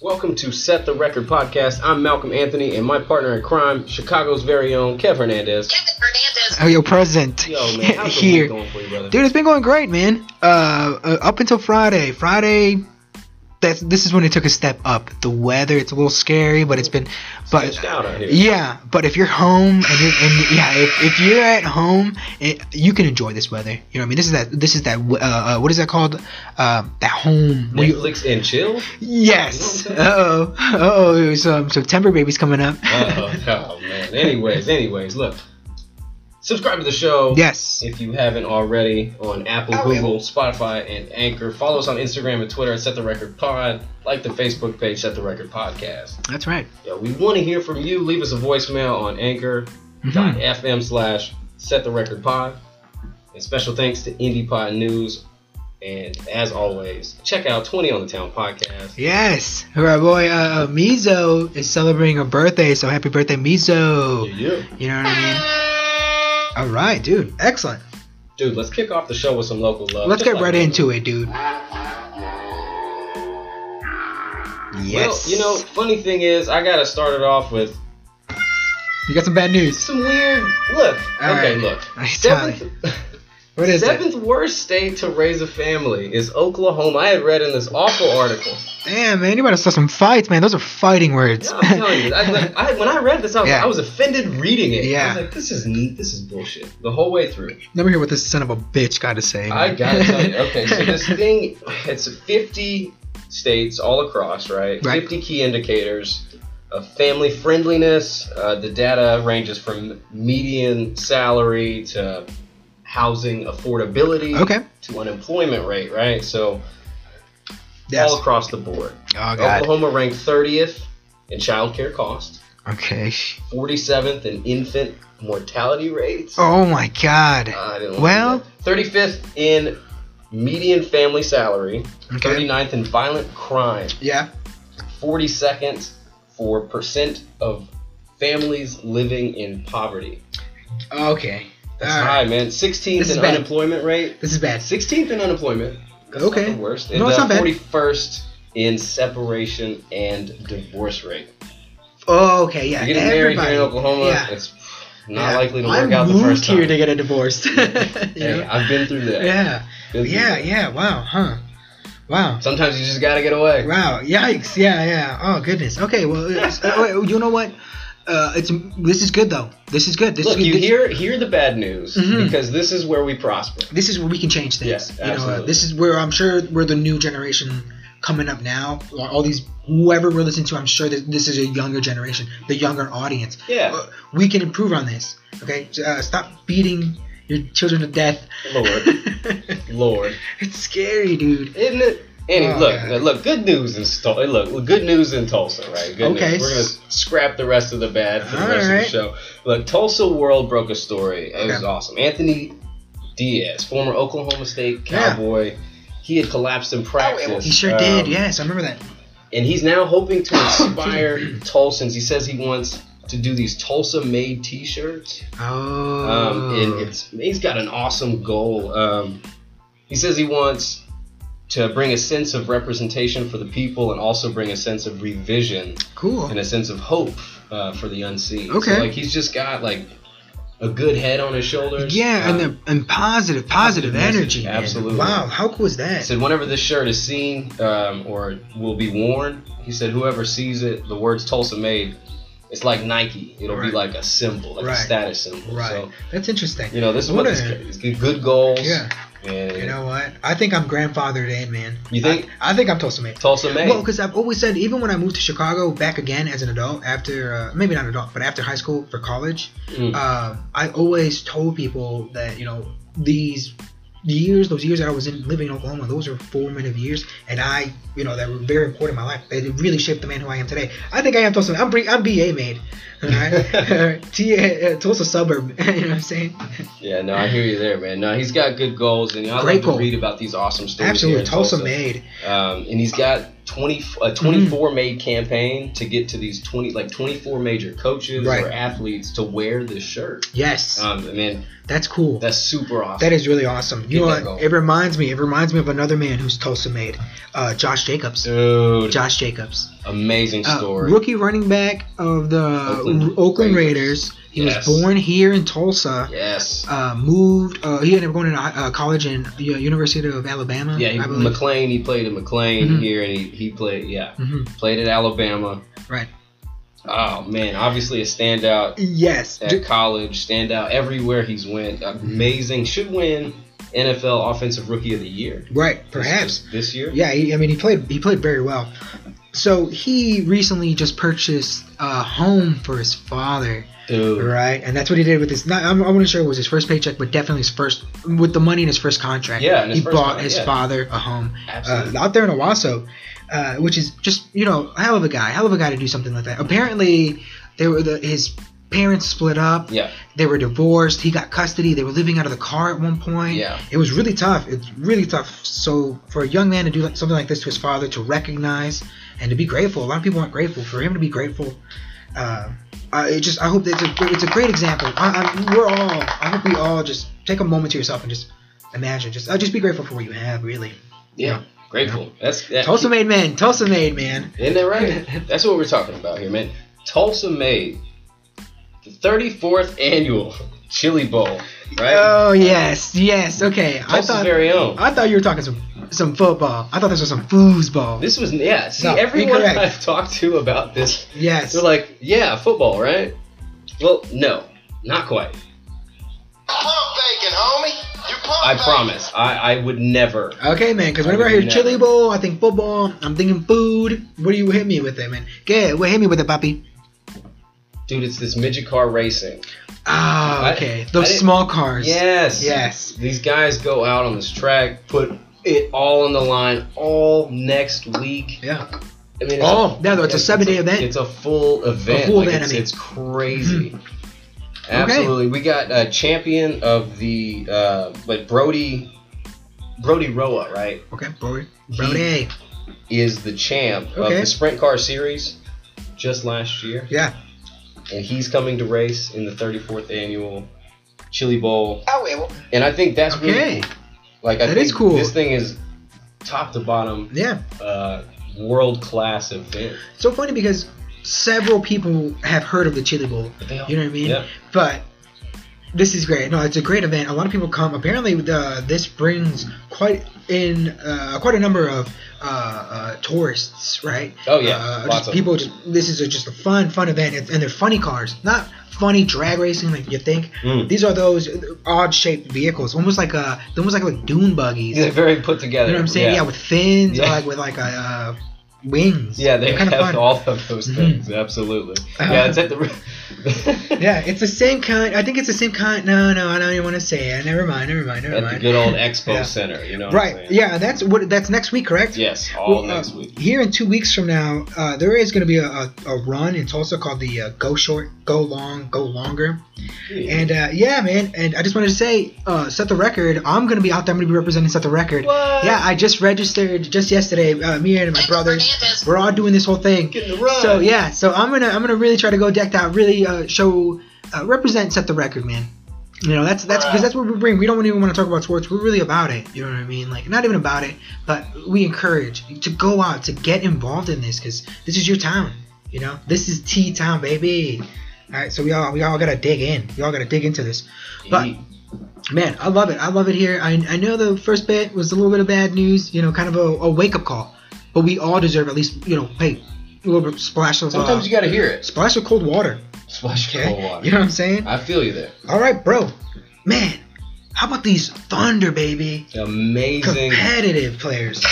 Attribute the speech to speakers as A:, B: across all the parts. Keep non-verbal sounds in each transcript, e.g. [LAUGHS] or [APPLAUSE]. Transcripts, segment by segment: A: Welcome to Set the Record podcast. I'm Malcolm Anthony, and my partner in crime, Chicago's very own Kev Hernandez.
B: Kevin Hernandez.
C: Oh, yo, present
A: Yo,
C: [LAUGHS]
A: man, how's the week
C: here,
A: going for you, brother?
C: dude. It's been going great, man. Uh, uh, up until Friday. Friday, that's this is when it took a step up. The weather, it's a little scary, but it's been, but
A: Pitched out out here.
C: yeah. But if you're home and, you're, and yeah, if, if you're at home, it, you can enjoy this weather. You know what I mean? This is that. This is that. Uh, uh, what is that called? Uh, that home. where you-
A: Netflix and chill. [LAUGHS]
C: yes.
A: You know
C: Uh
A: what I'm saying?
C: oh. Oh, some September baby's coming up. [LAUGHS]
A: Uh, oh man. Anyways, anyways, look. Subscribe to the show.
C: yes.
A: If you haven't already on Apple,
C: I will.
A: Google, Spotify, and Anchor, follow us on Instagram and Twitter at Set the Record Pod. Like the Facebook page, Set the Record Podcast.
C: That's right.
A: Yeah, we want to hear from you. Leave us a voicemail on Anchor dot
C: Mhm.
A: FM slash set the record pod. And special thanks to Indie Pod News. And as always, check out 20 on the Town podcast.
C: Yes, our boy uh, Mizo is celebrating her birthday, so happy birthday, Mizo!
A: yeah.
C: You know what I mean? All right, dude, excellent.
A: Dude, let's kick off the show with some local love.
C: Let's
A: just
C: get
A: like
C: right
A: we-
C: into it, dude. Yes.
A: Well, you know, funny thing is, I got to start it off with
C: you got some bad news. [LAUGHS]
A: some weird. Look.
C: All
A: okay,
C: right.
A: look.
C: All right,
A: Seventh,
C: What is it?
A: seventh worst state to raise a family is Oklahoma. I had read in this awful article.
C: Damn, man, you better saw some fights, man. Those are fighting words.
A: Yeah, I'm telling you, I, like, I, when I read this, I was,
C: Yeah.
A: I was offended reading it. I
C: Yeah.
A: was like, this is neat. This is bullshit. The whole way through.
C: [LAUGHS] Let me hear what this son of a bitch got to say.
A: I
C: man. [LAUGHS]
A: gotta tell you. Okay, so this thing, it's 50 states all across, right?
C: Right.
A: 50 key indicators of family friendliness. Uh, the data ranges from median salary to housing affordability
C: okay.
A: to unemployment rate, right? So
C: Yes.
A: all across the board.
C: Oh god.
A: Oklahoma ranked 30th in child care cost,
C: Okay.
A: 47th in infant mortality rates. Uh,
C: Oh my god.
A: I didn't like
C: Well-
A: that. 35th in median family salary,
C: Okay.
A: 39th in violent crime,
C: Yeah.
A: 42nd for percent of families living in poverty.
C: Okay.
A: That's
C: All
A: high,
C: right.
A: man. 16th
C: This is
A: in
C: bad.
A: unemployment rate.
C: This is bad.
A: 16th in unemployment. That's
C: Okay.
A: Not the worst.
C: No,
A: and
C: it's
A: uh,
C: not bad.
A: 41st in separation and divorce rate.
C: Oh, okay, yeah.
A: You're getting married here in Oklahoma. It's not
C: yeah.
A: likely to
C: I
A: work out the
C: moved
A: first
C: here
A: time.
C: to get a divorce. [LAUGHS] You
A: Hey,
C: know?
A: I've been through that.
C: yeah.
A: Been through
C: yeah,
A: that.
C: yeah, wow, huh. Wow.
A: Sometimes you just gotta get away.
C: Wow, yikes, yeah, yeah. Oh, goodness. Okay, well, it's- uh, wait, you know what? Uh, it's This is good, though. This is good. This
A: Look,
C: is,
A: you
C: this,
A: hear hear the bad news
C: Mhm.
A: because this is where we prosper.
C: This is where we can change things.
A: Yes,
C: you know, uh,
A: absolutely.
C: this is where I'm sure we're the new generation coming up now. All these, whoever we're listening to, I'm sure that this is a younger generation, the younger audience.
A: Yeah,
C: Uh, we can improve on this. Okay, uh, stop beating your children to death.
A: Lord, Lord,
C: [LAUGHS] it's scary, dude.
A: isn't it? Any
C: Oh,
A: look,
C: God.
A: look, good news in Sto- look, good news in Tulsa, right? Good
C: Okay.
A: news. We're gonna s- scrap the rest of the bad for the
C: All
A: rest of
C: right.
A: the show. Look, Tulsa World broke a story. It was
C: Okay.
A: awesome. Anthony Diaz, former Oklahoma State
C: Yeah.
A: Cowboy, he had collapsed in practice.
C: He sure
A: Um,
C: did. Yes, I remember that.
A: and he's now hoping
C: [COUGHS]
A: to inspire Tulsans. He says he wants to do these Tulsa-made T-shirts.
C: Oh.
A: Um, and it's, he's got an awesome goal. Um, he says he wants to bring a sense of representation for the people and also bring a sense of revision
C: cool.
A: and a sense of hope uh, for the unseen.
C: Okay.
A: So, like he's just got like a good head on his shoulders.
C: Yeah, and
A: Um,
C: the, and positive, positive
A: Positive
C: energy.
A: message,
C: man.
A: absolutely.
C: Wow, how cool is
A: He
C: that?
A: said, whenever this shirt is seen um, or will be worn, he said, whoever sees it, the words Tulsa made, it's like Nike. It'll be
C: Right.
A: like a symbol, like
C: Right.
A: a status symbol.
C: Right.
A: So,
C: That's interesting.
A: you know, this is what,
C: What
A: this,
C: a-
A: it's good good goals.
C: Yeah.
A: And
C: You know what? I think I'm grandfathered in, man.
A: You think?
C: I, I think I'm Tulsa made.
A: Tulsa made.
C: Well, because I've always said, even when I moved to Chicago back again as an adult, after uh, maybe not an adult, but after high school for college,
A: Mm.
C: um, I always told people that you know these years, those years that I was in living in Oklahoma, those were formative years, and I, you know, that were very important in my life. They really shaped the man who I am today. I think I am Tulsa. I'm bring, I'm BA made, all right? T- uh, Tulsa suburb. [LAUGHS] you know what I'm saying?
A: yeah, no, I hear you there, man. No, he's got good goals, and I
C: Great
A: love to
C: goal.
A: read about these awesome stories. here
C: Absolutely,
A: in
C: Tulsa,
A: Tulsa
C: made. Mm-hmm.
A: Um, and he's got 20 a 24 made campaign to get to these 20 like 24 major coaches
C: Right.
A: or athletes to wear this shirt.
C: Yes,
A: Um, man,
C: that's cool.
A: that's super awesome.
C: That is really awesome. You
A: Get
C: know
A: that
C: what?
A: goal.
C: It reminds me. It reminds me of another man who's Tulsa made, uh, Josh Jacobs.
A: Dude,
C: Josh Jacobs,
A: amazing
C: Uh,
A: story.
C: rookie running back of the
A: Oakland
C: Oakland, Oakland
A: Raiders.
C: Raiders. He
A: Yes.
C: was born here in Tulsa.
A: yes.
C: Uh, moved. Uh, he ended up going to uh, college in uh, University of Alabama.
A: yeah, he,
C: I believe.
A: McLean. He played at McLean
C: Mhm.
A: here, and he, he played yeah
C: hmm
A: played at Alabama.
C: Right.
A: Oh man, obviously a standout
C: Yes.
A: at
C: Ju-
A: college, standout everywhere he's went. Amazing. Should win NFL Offensive Rookie of the Year.
C: right. Perhaps.
A: This, this year?
C: Yeah. He, I mean, he played. He played very well. So he recently just purchased a home for his father.
A: Dude.
C: Right, and that's what he did with his. Not, I'm, I'm not sure it was his first paycheck, but definitely his first with the money in his first contract.
A: Yeah, and his
C: he
A: first
C: bought
A: contract,
C: his
A: yeah.
C: father a home uh,
A: Absolutely.
C: out there in Owasso, uh, which is just you know a hell of a guy, hell of a guy to do something like that. Apparently, they were the, his parents split up.
A: yeah.
C: They were divorced. He got custody. They were living out of the car at one point.
A: Yeah.
C: It was really tough. It's really tough. So for a young man to do like, something like this to his father, to recognize and to be grateful. A lot of people aren't grateful. For him to be grateful, uh, I it just I hope that it's a, it's a great example. I, I, we're all. I hope we all just take a moment to yourself and just imagine. Just uh, just be grateful for what you have. Really.
A: Yeah. Grateful. That's that,
C: Tulsa made man. Tulsa made man.
A: Isn't that right? [LAUGHS] That's what we're talking about here, man. Tulsa made the 34th annual Chili Bowl, right?
C: Oh yes, yes. Okay. I
A: Tulsa's
C: thought
A: very own.
C: I thought you were talking some some football. I thought this was some foosball.
A: This was yeah. See,
C: No,
A: everyone
C: incorrect.
A: I've talked to about this,
C: yes.
A: they're like, yeah, football, right? Well, no, not quite.
B: Pump faking, homie. You pump
A: I
B: faking.
A: promise, I, I would never.
C: Okay, man. Because whenever I hear chili bowl, I think football. I'm thinking food. What do you hit me with there, man? Get what hit me with it, Poppy?
A: Dude, it's this midget car racing.
C: Ah,
A: I-
C: okay.
A: I
C: Those
A: didn't-
C: small cars.
A: Yes.
C: Yes.
A: These guys go out on this track, put it all on the line all next week.
C: Yeah.
A: I mean,
C: Oh, yeah, no, it's a seven-day event.
A: It's a full event.
C: A full
A: Like, It's,
C: event, I mean. Hmm.
A: it's crazy. Absolutely. We got a champion of the, uh, like Brody, Brody Roa, right?
C: Okay, Brody. Brody.
A: Is the champ of
C: Okay.
A: the sprint car series just last year.
C: Yeah.
A: And he's coming to race in the 34th annual Chili Bowl.
B: I will.
A: And I think that's really
C: Okay.
A: cool. Like, I
C: That
A: think
C: is cool.
A: this thing is top to bottom,
C: Yeah.
A: uh, world class event.
C: So funny because several people have heard of the chili bowl.
A: But they all-
C: You know what I mean?
A: Yeah.
C: But this is great. No, it's a great event. A lot of people come. Apparently, the, this brings quite in uh, quite a number of uh, uh, tourists, right?
A: Oh, yeah.
C: uh,
A: Lots
C: just
A: of
C: people. Just this is a, just a fun, fun event, and, and they're funny cars, not funny drag racing like you think.
A: Mm.
C: These are those odd shaped vehicles, almost like uh, almost like like dune buggies.
A: They're very put together.
C: You know what I'm saying? Yeah, with fins,
A: Yeah.
C: Or like with like uh, uh, wings.
A: Yeah, they
C: They're kinda Mm-hmm.
A: have all of those things. Absolutely. yeah, it's at the [LAUGHS]
C: Yeah, it's the same kind. I think it's the same kind. No, no, I don't even want to say it. Never mind. Never mind. Never
A: at the
C: mind.
A: good old Expo
C: Yeah.
A: Center. You know. What I'm
C: Right.
A: saying?
C: Yeah, that's what. That's next week, correct?
A: Yes, all
C: Well, uh,
A: next week.
C: Here in two weeks from now, uh, there is going to be a, a, a run in Tulsa called the uh, Go Short, Go Long, Go Longer. And uh, yeah, man. And I just wanted to say, uh, set the record. I'm going to be out there. I'm going to be representing set the record.
A: What?
C: Yeah, I just registered just yesterday. Uh, me and my brothers,
B: Fernandez.
C: we're all doing this whole thing.
A: Getting the run.
C: So yeah, so I'm gonna I'm gonna really try to go decked out, really uh, show, uh, represent, set the record, man. You know that's that's because that's what we bring. We don't even want to talk about sports. We're really about it. You know what I mean? Like not even about it, but we encourage to go out to get involved in this because this is your town. You know this is T town, baby. All right, so we all we all gotta dig in. We all gotta dig into this. But man, I love it. I love it here. I, I know the first bit was a little bit of bad news, you know, kind of a, a wake up call, but we all deserve at least, you know, hey, a little bit splash of
A: sometimes
C: uh,
A: you gotta hear it.
C: splash of cold water.
A: Splash
C: Okay,
A: cold water.
C: you know what I'm saying?
A: I feel you there.
C: All right, bro, man, how about these Thunder baby
A: Amazing.
C: competitive players?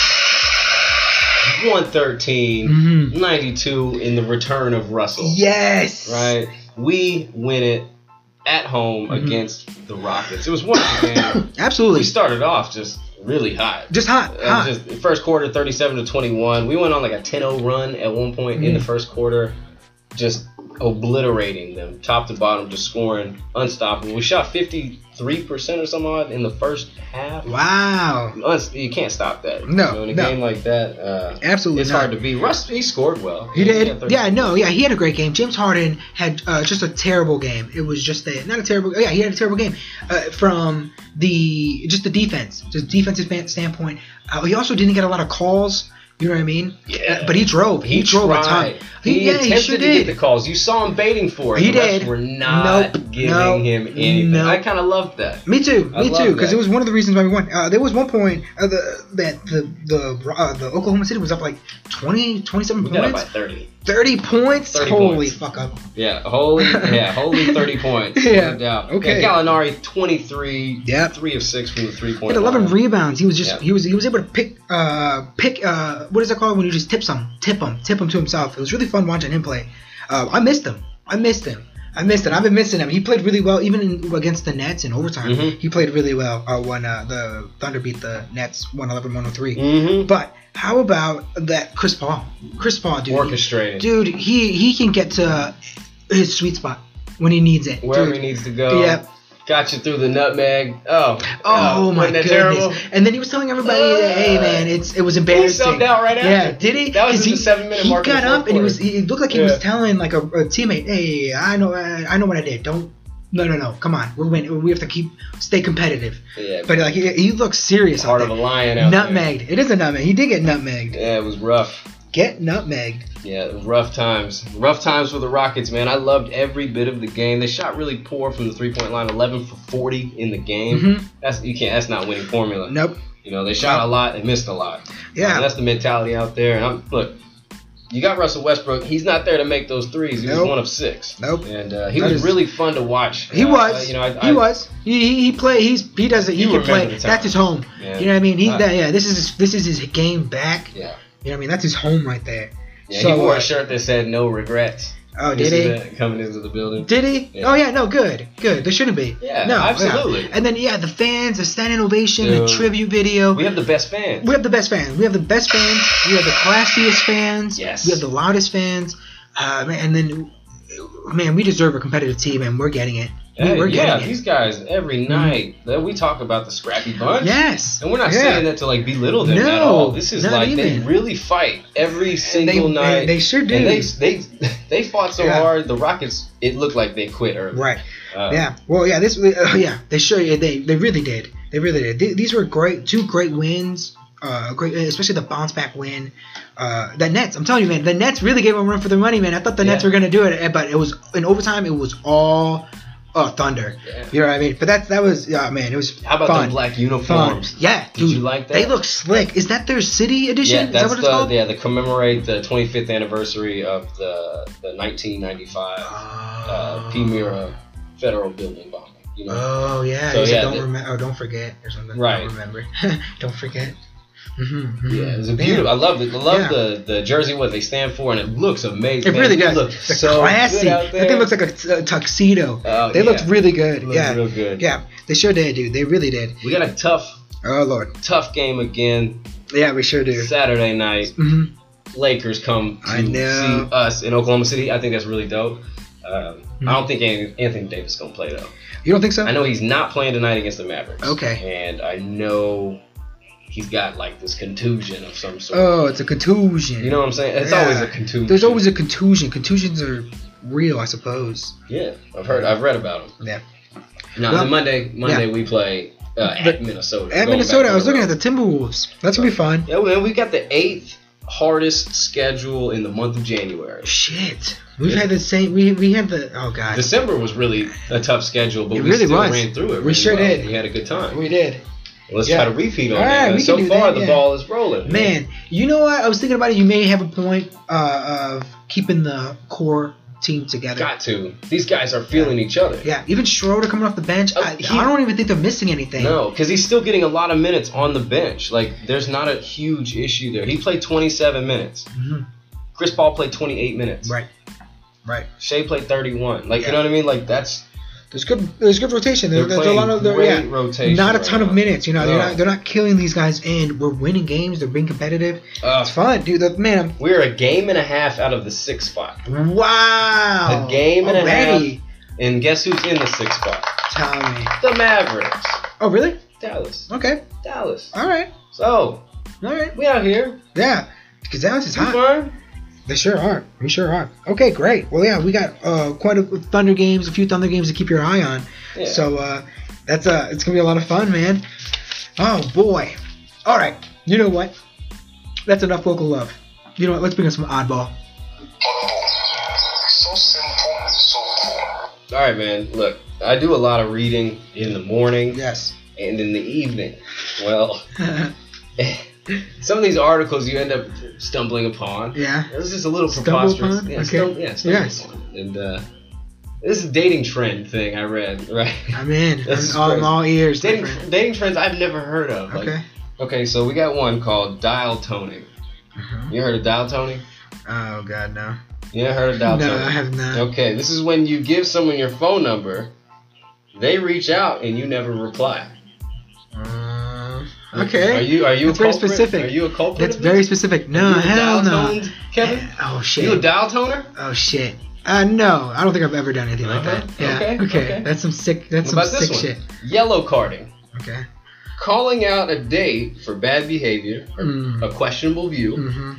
A: 113,
C: Mhm.
A: 92 in the return of Russell.
C: Yes.
A: Right. We win it at home
C: Mm-hmm.
A: against the Rockets. It was wonderful
C: [COUGHS]
A: game.
C: Absolutely.
A: we started off just really hot.
C: Just hot,
A: Uh,
C: hot.
A: just first quarter oh
C: Mm-hmm.
A: 37 to 21 we went on like a 10-0 run at one point in the first quarter just obliterating them, top to bottom, just scoring unstoppable. We shot 53% or some odd in the first half.
C: Wow.
A: Uns- You can't stop that.
C: No,
A: You know, in a
C: no.
A: game like that, uh,
C: Absolutely
A: it's
C: not.
A: hard to beat. Russ, he scored well.
C: He did.
A: had
C: Yeah,
A: 30.
C: no, yeah, he had a great game. James Harden had uh, just a terrible game. It was just a not a terrible. oh, Yeah, he had a terrible game uh, from the just the defense, just defensive span- standpoint. Uh, he also didn't get a lot of calls. You know what I mean?
A: Yeah.
C: Uh, but he drove. He,
A: He,
C: drove
A: tried.
C: a ton.
A: He,
C: He, yeah,
A: attempted
C: he sure
A: to get
C: did.
A: the calls. You saw him baiting for it.
C: He
A: The refs
C: did.
A: Were not
C: Nope.
A: giving
C: Nope.
A: him anything.
C: Nope.
A: I kind of loved that.
C: Me too.
A: I
C: Me
A: love
C: too. Because
A: that.
C: it was one of the reasons why we won. Uh, there was one point uh, the, that the the uh, the Oklahoma City was up like 20, 27
A: We got up by
C: points,
A: thirty.
C: thirty points.
A: 30
C: Holy
A: points.
C: fuck up!
A: Yeah, holy, yeah,
C: [LAUGHS]
A: holy thirty points.
C: Yeah,
A: no doubt.
C: okay.
A: Yeah, Gallinari twenty three.
C: Yep.
A: three of six from the three
C: He
A: point.
C: had eleven rebounds. He was just
A: Yeah.
C: he was he was able to pick uh pick uh what is it called when you just tip some tip him tip him to himself. It was really fun watching him play. Uh, I missed him. I missed him. I missed it. I've been missing him. He played really well, even in, against the Nets in overtime.
A: Mhm.
C: He played really well uh, when uh, the Thunder beat the Nets 111-103.
A: Mm-hmm.
C: But how about that Chris Paul? Chris Paul, dude.
A: Orchestrated
C: Dude, he he can get to his sweet spot when he needs it.
A: wherever
C: dude.
A: he needs to go.
C: Yep.
A: Got you through the nutmeg. Oh.
C: Oh my
A: wasn't that Uh,
C: goodness! And then he was telling everybody, that, "Hey man, it's it was
A: He
C: embarrassing."
A: subbed out right
C: Yeah,
A: after.
C: did he?
A: That was
C: 'Cause
A: in
C: he,
A: the seven-minute
C: he
A: mark in the
C: got
A: fourth
C: up and he was he looked like he was
A: Yeah.
C: telling like a, a teammate, "Hey, I know I, I know what I did. Don't no no no, come on, we're win. We have to keep stay competitive."
A: Yeah.
C: But like he, he looked serious.
A: Heart of
C: out
A: a
C: there.
A: lion out there.
C: Nutmegged. It is a nutmeg. He did get nutmegged.
A: Yeah, it was rough.
C: Get nutmegged.
A: Yeah, rough times. Rough times for the Rockets, man. I loved every bit of the game. They shot really poor from the three-point line, 11 for 40 in the game.
C: Mhm.
A: That's you can't. That's not winning formula.
C: Nope.
A: You know, they shot a lot and missed a lot.
C: Yeah.
A: And that's the mentality out there. And I'm, look, you got Russell Westbrook. He's not there to make those threes. He
C: Nope.
A: was one of six.
C: Nope.
A: And uh, he was
C: That is-
A: really fun to watch.
C: He
A: Uh,
C: was.
A: You know, I,
C: he
A: I-
C: was. He he, he play. He's he does it. He
A: You
C: can
A: remember
C: play.
A: the time.
C: That's his home.
A: Yeah.
C: You know what I mean? He
A: Uh,
C: that, yeah. This is his, this is his game back.
A: Yeah.
C: You know what I mean? That's his home right there.
A: Yeah,
C: So,
A: he wore
C: uh,
A: a shirt that said "No regrets."
C: Oh,
A: This
C: did he?
A: is it, coming into the building?
C: Did he?
A: Yeah.
C: Oh yeah, no, good, good. There shouldn't be.
A: Yeah,
C: no,
A: absolutely.
C: And then yeah, the fans, the standing ovation, the
A: Dude.
C: tribute video.
A: We have the best fans.
C: We have the best fans. We have the best fans. We have the classiest fans.
A: Yes.
C: We have the loudest fans. Uh, man, and then, man, we deserve a competitive team, and we're getting it. We-
A: Hey,
C: we're
A: yeah,
C: getting it.
A: these guys every night. that We talk about the scrappy bunch.
C: Yes.
A: And we're not
C: Yeah.
A: saying that to like belittle them
C: No,
A: at all. This is
C: not
A: like they
C: even.
A: really fight every
C: they,
A: single
C: they-
A: night.
C: They, sure do.
A: And they they [LAUGHS] they fought so
C: Yeah.
A: hard. The Rockets. It looked like they quit early.
C: right.
A: Uh,
C: yeah. Well, yeah. This. Uh, yeah. They sure. They. They really did. They really did. Th- these were great. Two great wins. Uh, great, especially the bounce back win. Uh, the Nets. I'm telling you, man. The Nets really gave them run for their money, man. I thought the Nets
A: Yeah.
C: were gonna do it, eh, but it was in overtime. It was all uh, Thunder.
A: Yeah.
C: You know what I mean? But that's that was. Yeah, man. It was.
A: How about
C: fun.
A: the black
C: Fun.
A: uniforms?
C: Yeah,
A: Did
C: dude.
A: you like that?
C: They look slick. Is that their city edition?
A: Yeah,
C: Is that
A: that's
C: what it's
A: the
C: called?
A: yeah the commemorate the 25th anniversary of the the 1995 uh, Primera federal building bombing. You know,
C: Oh yeah,
A: So,
C: you said
A: yeah,
C: don't
A: the-
C: remember. Oh, don't forget or something.
A: Right.
C: Don't remember. [LAUGHS] don't forget. Mhm, mhm.
A: Yeah, it's a
C: Man,
A: beautiful. I love it. I love
C: Yeah.
A: the, the jersey what they stand for, and it looks
C: It
A: amazing.
C: really does.
A: Look
C: They're
A: so
C: classy.
A: Good out
C: That
A: there.
C: thing looks like a, t- a tuxedo.
A: Oh,
C: they
A: yeah.
C: looked really good.
A: It looks
C: yeah,
A: real good.
C: yeah, they sure did, dude. They really did.
A: We got a tough
C: Oh lord.
A: tough game again
C: Yeah, we sure do.
A: Saturday night.
C: hmm
A: Lakers come to
C: I know.
A: see us in Oklahoma City. I think that's really dope. Um,
C: Mhm.
A: I don't think An- Anthony Davis gonna play though.
C: You don't think so?
A: I know he's not playing tonight against the Mavericks.
C: Okay.
A: And I know he's got like this contusion of some sort.
C: Oh, it's a contusion.
A: you know what I'm saying? It's
C: Yeah.
A: always a contusion.
C: there's always a contusion. Contusions are real, I suppose.
A: yeah. I've heard. I've read about him.
C: Yeah.
A: No,
C: Well,
A: then Monday. Monday we play uh,
C: But-
A: at Minnesota.
C: At Minnesota, I was looking at the Timberwolves. That's gonna be fun.
A: Yeah, man, we got the eighth hardest schedule in the month of January.
C: Shit, we've had the same. We we had the. Oh god.
A: December was really a tough schedule, but
C: It
A: we
C: really
A: still
C: was.
A: ran through it.
C: We
A: really
C: sure
A: well.
C: did.
A: We had a good time.
C: we did.
A: Let's
C: yeah.
A: try to repeat on
C: All right,
A: that.
C: we
A: so
C: can do
A: far,
C: that,
A: the
C: yeah.
A: ball is rolling.
C: Man, you know what? I was thinking about it. You may have a point uh, of keeping the core team together.
A: got to. These guys are feeling each other.
C: Yeah, even Schroeder coming off the bench.
A: Oh,
C: I,
A: he-
C: I don't even think they're missing anything.
A: No, because he's still getting a lot of minutes on the bench. Like, there's not a huge issue there. He played 27 minutes.
C: Mhm.
A: Chris Paul played 28 minutes.
C: Right. Right.
A: Shea played 31. Like,
C: Yeah.
A: you know what I mean? Like, that's
C: there's good there's good rotation. There,
A: They're
C: there's a lot
A: playing
C: of there,
A: great
C: yeah,
A: rotation.
C: not a
A: right
C: ton
A: now.
C: of minutes. You know,
A: No.
C: they're not they're not killing these guys in. We're winning games. They're being competitive.
A: Uh,
C: It's fun, dude. That, man,
A: we're a game and a half out of the six spot,
C: I'm, wow.
A: A game and a
C: already,
A: and guess who's in the six spot?
C: Tommy.
A: The Mavericks,
C: Oh, really?
A: Dallas,
C: Okay.
A: Dallas.
C: All right.
A: So
C: All right.
A: we out here.
C: Yeah. Because Dallas is
A: We
C: hot.
A: fine.
C: They sure are. We sure are. Okay, great. Well, yeah, we got uh, quite a Thunder games, a few Thunder games to keep your eye on.
A: Yeah.
C: So uh, that's uh, it's gonna be a lot of fun, man. Oh boy. All right. You know what? That's enough local love. You know what? Let's bring in some oddball.
B: So simple, so cool.
A: all right, man. Look, I do a lot of reading in the morning
C: Yes.
A: and in the evening. Well, [LAUGHS] some of these articles you end up stumbling upon.
C: [LAUGHS] yeah.
A: This is a little
C: Stumble
A: preposterous.
C: upon?
A: Yeah,
C: Okay.
A: stum- yeah, stumble
C: Yes.
A: upon. And uh, this is dating trend thing I read, [LAUGHS] right?
C: I'm in. I'm,
A: This is
C: all, I'm
A: crazy.
C: all ears. my
A: dating
C: friend.
A: dating trends I've never heard of. Like,
C: Okay.
A: okay, so we got one called dial toning.
C: Uh-huh.
A: You heard of dial toning?
C: Oh God, no.
A: You never heard of dial
C: no, I
A: toning?
C: have not.
A: Okay, this is when you give someone your phone number, they reach out and you never reply.
C: Uh,
A: Are
C: okay.
A: you are you
C: That's
A: a
C: very
A: culprit?
C: specific.
A: Are you a culprit?
C: That's
A: of this?
C: very specific. No,
A: you a dial
C: hell no.
A: toned, Kevin?
C: Oh shit.
A: You a dial toner?
C: Oh shit. Uh, no, I don't think I've ever done anything like
A: Uh-huh.
C: that. Yeah.
A: Okay,
C: Okay.
A: okay.
C: That's some sick. That's
A: What
C: some
A: about this
C: sick
A: one?
C: shit.
A: Yellow carding.
C: Okay.
A: calling out a date for bad behavior or
C: Mm.
A: a questionable view
C: Mhm.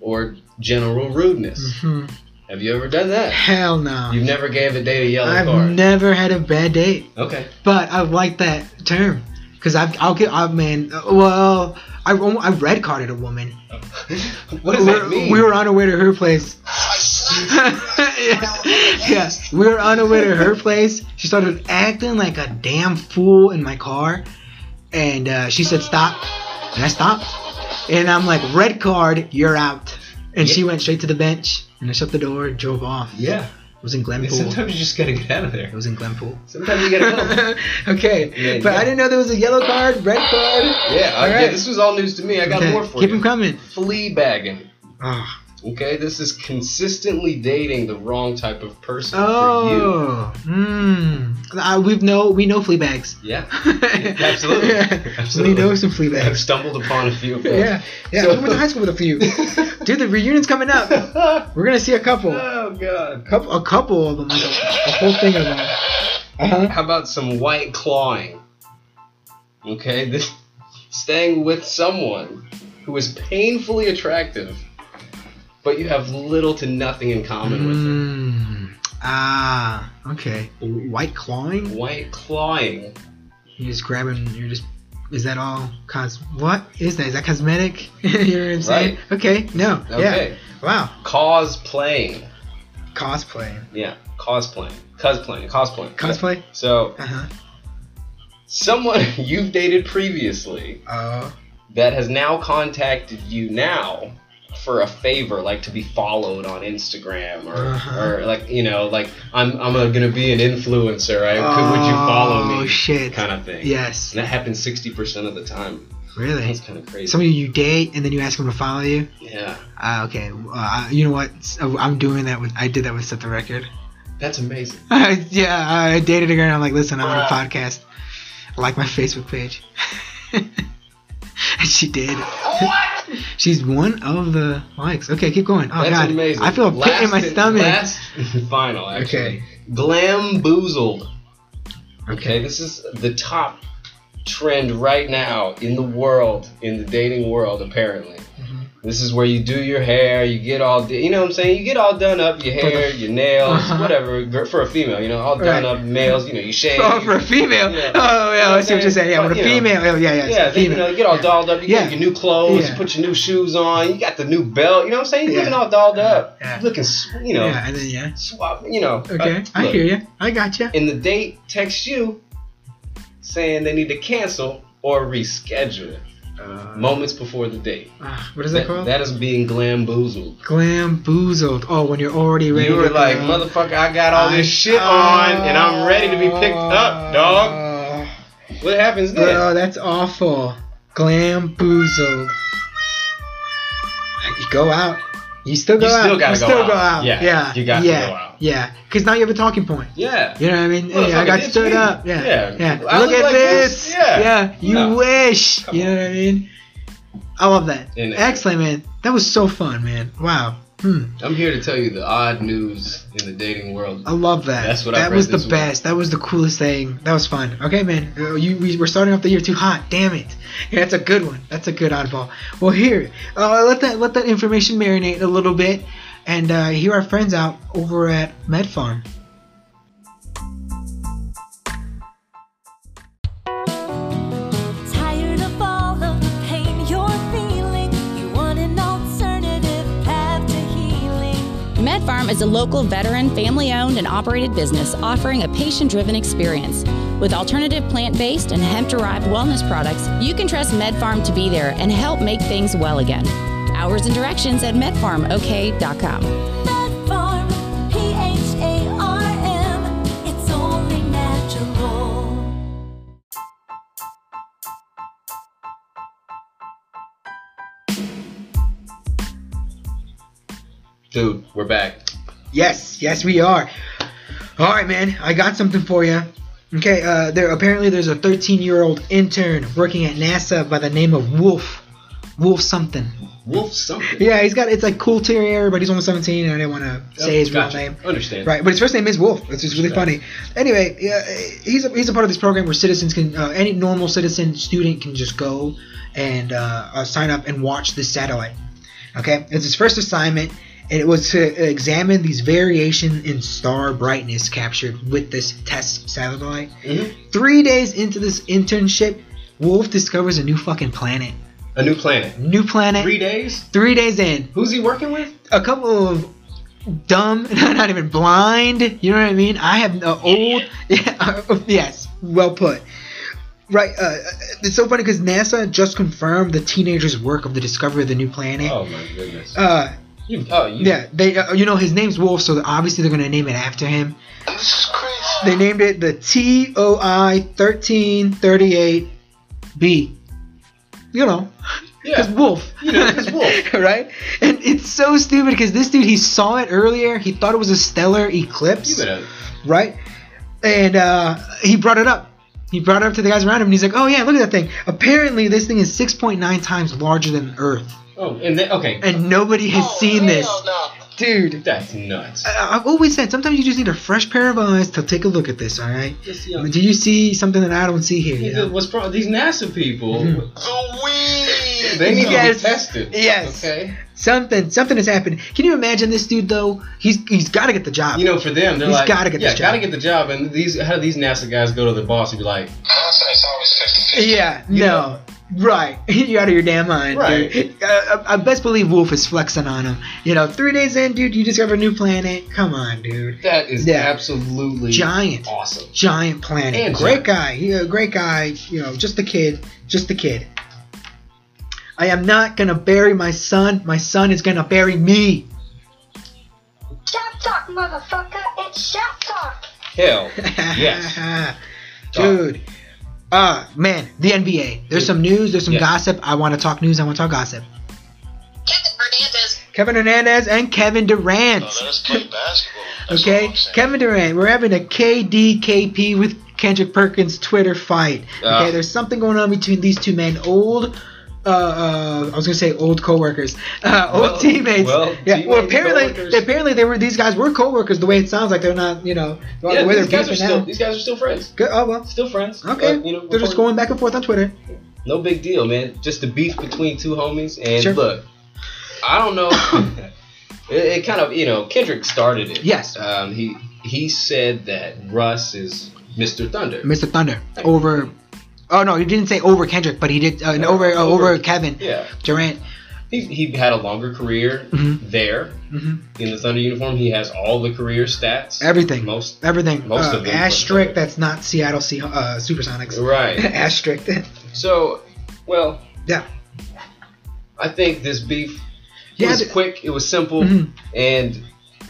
A: or general rudeness.
C: Mhm.
A: Have you ever done that?
C: Hell no.
A: You've never gave a date a yellow
C: I've
A: card.
C: never had a bad date,
A: okay. [LAUGHS]
C: but I like that term because I've I'll get I man. Well, I I red carded a woman.
A: what does
C: we
A: that mean?
C: We were on our way to her place.
B: I slapped
C: [LAUGHS] yeah, we were on our way to her place. She started acting like a damn fool in my car, and uh, she said stop, and I stopped, and I'm like red card, you're out, and she
A: Yeah.
C: went straight to the bench, and I shut the door, and drove off.
A: yeah.
C: it was in
A: I mean,
C: Glenpool.
A: sometimes you just gotta get out of
C: It
A: there.
C: was in Glenpool.
A: Sometimes you
C: [LAUGHS]
A: gotta go.
C: okay,
A: Yeah,
C: but
A: yeah.
C: I didn't know there was a yellow card, red card.
A: Yeah, I,
C: All
A: yeah,
C: right.
A: this was all news to me. I got
C: Okay,
A: more for
C: Keep
A: you. Ah,
C: them coming.
A: Flea bagging.
C: Oh,
A: Okay, this is consistently dating the wrong type of person for you.
C: oh, mm. I, we've know we know flea bags.
A: Yeah, [LAUGHS]
C: [LAUGHS] Absolutely.
A: Absolutely.
C: We
A: Absolutely.
C: know some flea
A: I've
C: bags.
A: stumbled upon a few of those.
C: Yeah, yeah.
A: So-
C: we went to high school with a few. Dude, the reunion's coming up. We're gonna see a couple, a
A: [LAUGHS] oh god.
C: couple, a couple of them, like a, a whole thing of them. Uh huh.
A: How about some white clawing? Okay, this staying with someone who is painfully attractive, but you have little to nothing in common with them.
C: Mm. Ah, okay. White clawing.
A: White clawing.
C: You're just grabbing. You're just. Is that all? Cos what is that? Is that cosmetic? [LAUGHS] you know what I'm saying? Okay. No.
A: Okay.
C: Yeah. Wow.
A: Cosplaying.
C: Cosplay.
A: Yeah, cosplaying. Cosplaying. Cosplaying.
C: Cosplay.
A: So,
C: Uh huh.
A: someone [LAUGHS] you've dated previously
C: Oh.
A: that has now contacted you now for a favor, like to be followed on Instagram or,
C: Uh-huh.
A: or like you know, like I'm I'm a, gonna be an influencer. Right? Could- Would you follow
C: Oh
A: me?
C: shit.
A: Kind of thing.
C: Yes.
A: And that happens sixty percent of the time.
C: Really.
A: That's kind of crazy.
C: Somebody you date and then you ask them to follow you.
A: yeah,
C: Ah, okay. Uh, I- you know what? S- uh, I'm doing that with. I did that with set the record. [LAUGHS]
A: that's amazing.
C: yeah, I dated a girl. and I'm like, listen, I'm on a podcast. I like my Facebook page. [LAUGHS] and she did.
B: [LAUGHS] What?
C: She's one of the likes. Okay, keep going. Oh
A: that's
C: god,
A: amazing.
C: I feel a pit in my stomach.
A: Last [LAUGHS] and final, actually.
C: Okay.
A: Glamboozled. Okay,
C: Okay.
A: this is the top trend right now in the world, in the dating world, apparently.
C: Mhm.
A: This is where you do your hair, you get all, di- you know what I'm saying? You get all done up, your
C: For the-
A: hair, your nails,
C: [LAUGHS] Uh-huh.
A: whatever, gr- for a female, you know, all done
C: Right.
A: up, males, you know, you shave.
C: Oh, for a female.
A: Yeah.
C: Oh yeah, I see what you're saying. Yeah, with a
A: You know.
C: female. Oh, yeah, yeah, it's
A: yeah,
C: a
A: then, you
C: female.
A: know, you get all dolled up. You
C: Yeah.
A: get your new clothes.
C: Yeah.
A: You put your new shoes on. You got the new belt. You know what I'm saying? You're
C: Yeah.
A: looking all dolled up.
C: Yeah.
A: You're looking, s- you know,
C: yeah, and then yeah.
A: swap. You know.
C: Okay,
A: uh,
C: I
A: look,
C: hear you. I got you.
A: and the date texts you saying they need to cancel or reschedule moments before the date.
C: Ah, what is Uh, that,
A: That-
C: called?
A: that is being glamboozled.
C: Glamboozled. Oh, when you're already ready.
A: You were
C: to
A: like,
C: go.
A: motherfucker, I got all this
C: I-
A: shit on and I'm ready to be picked up, dog. What happens then?
C: Bro, that's awful. Glamboozled. You go out. You still go
A: You
C: out.
A: still gotta
C: you
A: go
C: still
A: out.
C: go out.
A: Yeah,
C: Yeah. Yeah.
A: you got to
C: yeah,
A: go out.
C: Yeah. Because now you have a talking point.
A: Yeah.
C: You know what I mean?
A: Well,
C: yeah, I
A: fuck it,
C: got
A: it's
C: stood
A: me.
C: up. Yeah.
A: Yeah.
C: Yeah.
A: I
C: Look
A: look
C: at
A: like
C: this.
A: this. Yeah.
C: Yeah. You
A: No.
C: wish.
A: Come
C: you know
A: on.
C: what I mean? I love that.
A: And-
C: Excellent, man. That was so fun, man. Wow. Hmm.
A: I'm here to tell you the odd news in the dating world.
C: I love that.
A: That's what I
C: That
A: read
C: was the
A: this week.
C: best. That was the coolest thing. That was fun. Okay, man. Uh, You, we, we're starting off the year too hot. Damn it. Yeah, that's a good one. That's a good oddball. Well, here, uh, let that let that information marinate a little bit, and uh, hear our friends out over at Med Farm.
D: Tired of all of the pain you're feeling? You want an alternative path to healing?
E: MedFarm is a local veteran, family owned, and operated business offering a patient driven experience. With alternative plant based and hemp derived wellness products, you can trust MedFarm to be there and help make things well again. Hours and directions at medfarmok.com.
D: Med Farm, P H A R M. It's only natural.
A: Dude, we're back.
C: Yes, yes, we are. All right, man. I got something for you. Okay, uh, there apparently there's a 13-year-old intern working at NASA by the name of Wolf. Wolf something.
A: Wolf something.
C: Yeah, he's got it's like cool terrier, but he's only 17, and I didn't want to say his
A: Gotcha.
C: real name.
A: Understand.
C: Right, but his first name is Wolf. It's just really
A: Yeah.
C: funny. Anyway, yeah, he's a, he's a part of this program where citizens can uh, any normal citizen student can just go and uh, uh, sign up and watch this satellite. Okay, it's his first assignment, and it was to examine these variation in star brightness captured with this test satellite.
A: Mhm.
C: Three days into this internship, Wolf discovers a new fucking planet.
A: A new planet.
C: New planet.
A: Three days?
C: three days in,
A: Who's he working with?
C: a couple of dumb, [LAUGHS] not even blind. You know what I mean? I have an old, [LAUGHS] yeah, uh, yes, well put. Right, uh, it's so funny because NASA just confirmed the teenager's work of the discovery of the new planet.
A: Oh my goodness.
C: Uh,
A: you, oh, you,
C: yeah, they, uh, you know, his name's Wolf, so obviously they're gonna name it after him.
B: This is crazy.
C: They named it the TOI thirteen thirty eight B. You know,
A: yeah.
C: Because Wolf.
A: You know, 'cause Wolf.
C: [LAUGHS] right? And it's so stupid because this dude, he saw it earlier. He thought it was a stellar
A: You
C: eclipse.
A: better-
C: Right? And uh, he brought it up. He brought it up to the guys around him and he's like, oh yeah, look at that thing. Apparently, this thing is 6.9 times larger than Earth.
A: Oh, and then, okay.
C: And nobody has
A: Oh,
C: seen this.
B: Oh, Hell
C: Dude.
A: That's nuts.
C: I- I've always said sometimes you just need a fresh pair of eyes to take a look at this, all right?
A: Just, you know,
C: Do you see something that I don't see here? you know?
A: What's wrong? These NASA people,
C: Mhm.
B: no. The weed.
A: they need
C: Yes.
A: to be tested.
C: Yes.
A: Okay.
C: Something, something has happened. Can you imagine this dude though? He's he's got to get the job.
A: You know, for them, they're
C: He's
A: like,
C: gotta get
A: yeah,
C: this
A: gotta
C: job.
A: get the job. And these, how do these NASA guys go to the boss and be like,
B: Honestly, it's always 50
C: Yeah,
A: You
C: no. Right. [LAUGHS] You're out of your damn mind.
A: Right.
C: dude. Uh, I, I best believe Wolf is flexing on him. You know, three days in, dude, you discover a new planet. Come on, dude.
A: that is
C: Yeah.
A: absolutely
C: Giant.
A: awesome.
C: Giant planet.
A: And
C: great
A: giant.
C: guy. He, a great guy. You know, just a kid. Just a kid. I am not going to bury my son. My son is going to bury me.
F: Shop talk, motherfucker. It's shop talk.
A: Hell, Yes.
C: [LAUGHS] Dude. Ah, man, the NBA. There's some news, there's some
A: Yeah.
C: gossip. I want to talk news, I want to talk gossip.
F: Kevin Hernandez.
C: Kevin Hernandez and Kevin Durant.
B: No,
A: Oh,
B: let us play basketball. That's all
C: Okay,
B: I'm saying.
C: Kevin Durant. We're having a KDKP with Kendrick Perkins Twitter fight.
A: Ah.
C: Okay, there's something going on between these two men. Old. Uh, uh, I was gonna say old coworkers, [LAUGHS] uh, old
A: Well,
C: teammates.
A: well,
C: yeah. Well,
A: teammates,
C: apparently,
A: coworkers.
C: apparently they were these guys were coworkers. The way it sounds like they're not, you know, well,
A: yeah,
C: the way
A: these
C: they're
A: guys are
C: beefing
A: still
C: now.
A: these guys are still friends,
C: Good. Oh well.
A: still friends.
C: Okay.
A: But, you know,
C: they're just
A: before-
C: going back and forth on Twitter.
A: No big deal, man. Just the beef between two homies. And
C: Sure.
A: look, I don't know.
C: [LAUGHS]
A: it, it kind of, you know, Kendrick started it.
C: Yes.
A: Um, he he said that Russ is Mr. Thunder.
C: Mr. Thunder over. Oh no, he didn't say over Kendrick, but he did uh,
A: Yeah,
C: over uh,
A: over-
C: over Kevin
A: Yeah.
C: Durant.
A: He, he had a longer career
C: Mhm.
A: there
C: hmm
A: in the Thunder uniform. He has all the career stats.
C: Everything.
A: Most.
C: Everything.
A: Most
C: uh,
A: of them.
C: Asterisk. That's not Seattle Se- uh, Supersonics.
A: Right.
C: [LAUGHS] asterisk.
A: So, well,
C: yeah.
A: I think this beef it
C: Yeah,
A: was
C: th-
A: quick. It was simple.
C: Mhm.
A: And,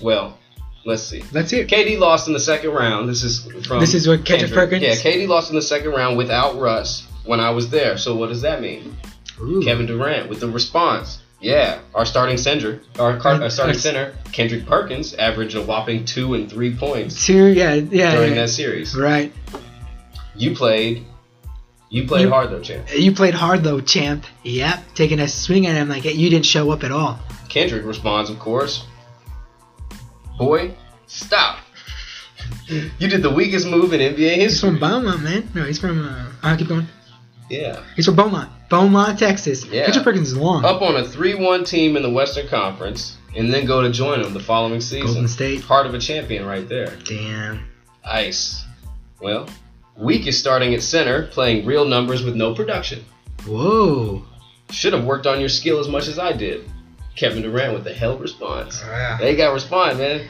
A: well, let's see.
C: Let's hear. it.
A: KD lost in the second round. This is from
C: This is what Kendrick Perkins-
A: Yeah, KD lost in the second round without Russ when I was there. So what does that mean?
C: Ooh.
A: Kevin Durant with the response. Yeah, our starting center, our, car, our starting
C: Yes.
A: center, Kendrick Perkins, averaged a whopping two and three points
C: Two, yeah, yeah,
A: during
C: yeah.
A: that series.
C: right.
A: You played, you played
C: You-
A: hard though, champ.
C: You played hard though, champ. Yep, taking a swing at him like you didn't show up at all.
A: Kendrick responds, of course, "Boy, stop! you did the weakest move in NBA
C: He's from [LAUGHS]
A: history."
C: Beaumont, man. No, he's from. Uh, I'll keep going.
A: Yeah,
C: He's from Beaumont, Beaumont, Texas.
A: Yeah.
C: Kendrick Perkins is long.
A: up on a three-one team in the Western Conference, and then go to join them the following season.
C: Golden State.
A: Heart of a champion, right there.
C: Damn.
A: Ice. Well, Weak is starting at center, playing real numbers with no production.
C: Whoa.
A: Should have worked on your skill as much as I did. Kevin Durant with the hell response.
C: Yeah.
A: They got respond, man.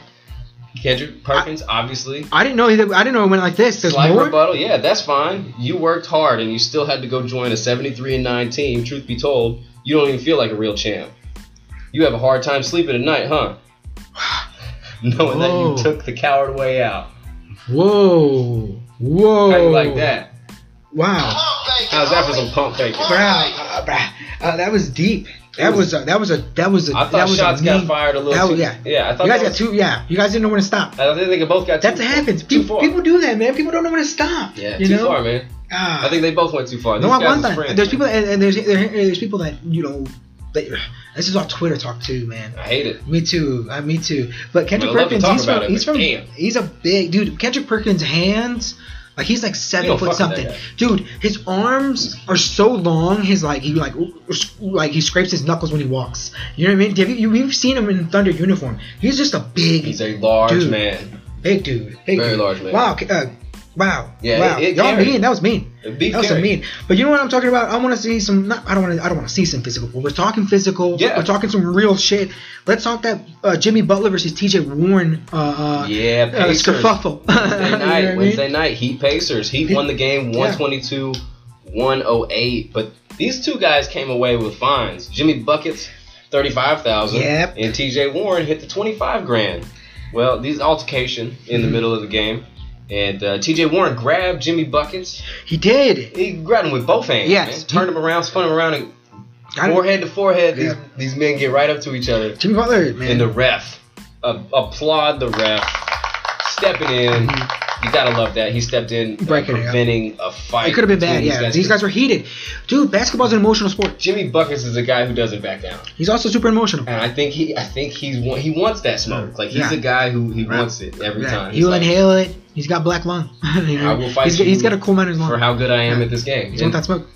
A: Kendrick Perkins, obviously.
C: I didn't know that. I didn't know it went like this. There's
A: Slight
C: more.
A: rebuttal, yeah, that's fine. You worked hard and you still had to go join a 73 and 9 team. Truth be told, you don't even feel like a real champ. You have a hard time sleeping at night, huh? [SIGHS] Knowing
C: Whoa.
A: that you took the coward way out.
C: Whoa. Whoa.
A: How you like that?
C: Wow.
B: Pump faking,
A: How's that for
B: homie?
A: some pump faking?
C: Wow. Uh, bruh. Uh, that was deep. That was a, that was a that was a
A: I
C: that
A: thought
C: was
A: shots
C: a
A: got
C: mean-
A: fired a little
C: that
A: too.
C: was- yeah.
A: yeah, I thought
C: You guys
A: that
C: got
A: was-
C: two. Yeah. You guys didn't know when to stop.
A: I think they both got
C: That
A: too,
C: happens.
A: Too far.
C: People, people do that, man. People don't know when to stop.
A: yeah,
C: You
A: too
C: know.
A: far, man.
C: Ah.
A: I think they both went too far.
C: No,
A: These
C: at
A: guys
C: one
A: is
C: time,
A: friends,
C: there's
A: man.
C: people, and, and there's there, there's people that you know, that, this is all Twitter talk too, man.
A: I hate it.
C: Me too, I me too. But Kendrick
A: I mean, I love to
C: Perkins,
A: talk
C: he's
A: about
C: from,
A: it,
C: he's
A: but
C: from,
A: damn.
C: he's a big dude. Kendrick Perkins' hands, like he's like seven
A: don't
C: foot
A: fuck with that
C: something, dude. His arms are so long. His like he like like he scrapes his knuckles when he walks. You know what I mean? Have you, you we've seen him in Thunder uniform. He's just a big,
A: He's a large
C: Dude.
A: man.
C: big dude, big
A: Very
C: dude.
A: large man.
C: Wow, uh, wow,
A: Yeah,
C: wow.
A: it- it
C: Y'all
A: carried.
C: mean? That was mean.
A: Be
C: That was so
A: careful.
C: mean. But you know what I'm talking about? I want to see some. Not, I don't want to. I don't want to see some physical. But we're talking physical.
A: Yeah.
C: We're talking some real shit. Let's talk that uh, Jimmy Butler versus T.J. Warren. Uh, uh,
A: Yeah,
C: Uh,
A: Pacers.
C: [LAUGHS] scuffle.
A: Wednesday night, Wednesday night, Heat Pacers. Heat won the game
C: Yeah.
A: 122 108. But these two guys came away with fines. Jimmy Buckets, 35000
C: Yep.
A: And TJ Warren hit the 25 grand. Well, these altercation in
C: Mm-hmm.
A: the middle of the game. And uh, TJ Warren grabbed Jimmy Buckets.
C: He did.
A: He grabbed him with both hands.
C: Yes.
A: man. Turned him around, spun him around, and
C: I-
A: forehead to forehead, these,
C: Yeah.
A: these men get right up to each other.
C: Jimmy Butler, man.
A: And the ref, uh, applaud the ref, stepping in. You gotta love that. He stepped in, uh,
C: Mm-hmm. Breaking it up.
A: preventing a fight.
C: it could have been
A: between
C: bad. Yeah. These
A: could-
C: guys were heated. Dude, basketball's an emotional sport.
A: Jimmy Buckets is a guy who doesn't back down,
C: He's also super emotional.
A: and I think he, I think he's wa- he wants that smoke. Like he's a
C: Yeah.
A: guy who he
C: Right.
A: wants it every
C: Yeah.
A: time. He's
C: He'll
A: like,
C: inhale it. He's got black lung. [LAUGHS] you know?
A: I will fight
C: He's-
A: you
C: he's got a cool man in his lung.
A: for how good I am
C: Yeah.
A: at this game.
C: He's want
A: And
C: that smoke.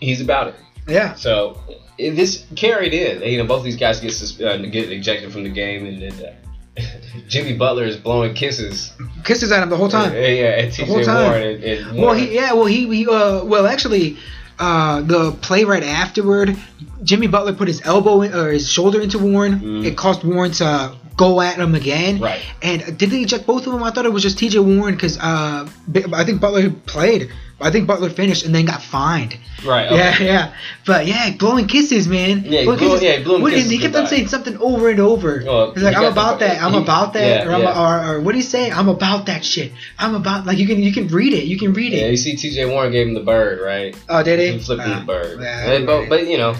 A: he's about it.
C: Yeah.
A: So it, this carried in. You know, both these guys get sus- uh, get ejected from the game, and then uh, [LAUGHS] Jimmy Butler is blowing kisses.
C: Kisses at him the whole time.
A: Yeah, yeah, and TJ
C: whole time.
A: Warren. And, and
C: Well,
A: Warren.
C: he yeah. Well, he, he uh well actually, uh the play right afterward, Jimmy Butler put his elbow in, or his shoulder into Warren. It caused Warren to go at him again.
A: Mm-hmm. Right.
C: And uh, did they eject both of them? I thought it was just T.J. Warren because uh B- I think Butler played. I think Butler finished and then got fined.
A: Right. Okay.
C: Yeah, yeah. But yeah, blowing kisses, man.
A: Yeah, he
C: blowing
A: blew- yeah, he blew him
C: What- and
A: kisses
C: he kept on
A: goodbye.
C: saying something over and over.
A: Well,
C: He's
A: he
C: like, I'm
A: got the-
C: about that. I'm
A: he-
C: about that.
A: yeah,
C: or, I'm
A: yeah.
C: or, or what do you say? I'm about that shit. I'm about like you can you can read it. You can read
A: Yeah,
C: it.
A: you see TJ Warren gave him the bird, right?
C: Oh, did
A: He
C: he?
A: flipped him
C: Ah,
A: the bird.
C: yeah,
A: And- but,
C: right.
A: but, you know,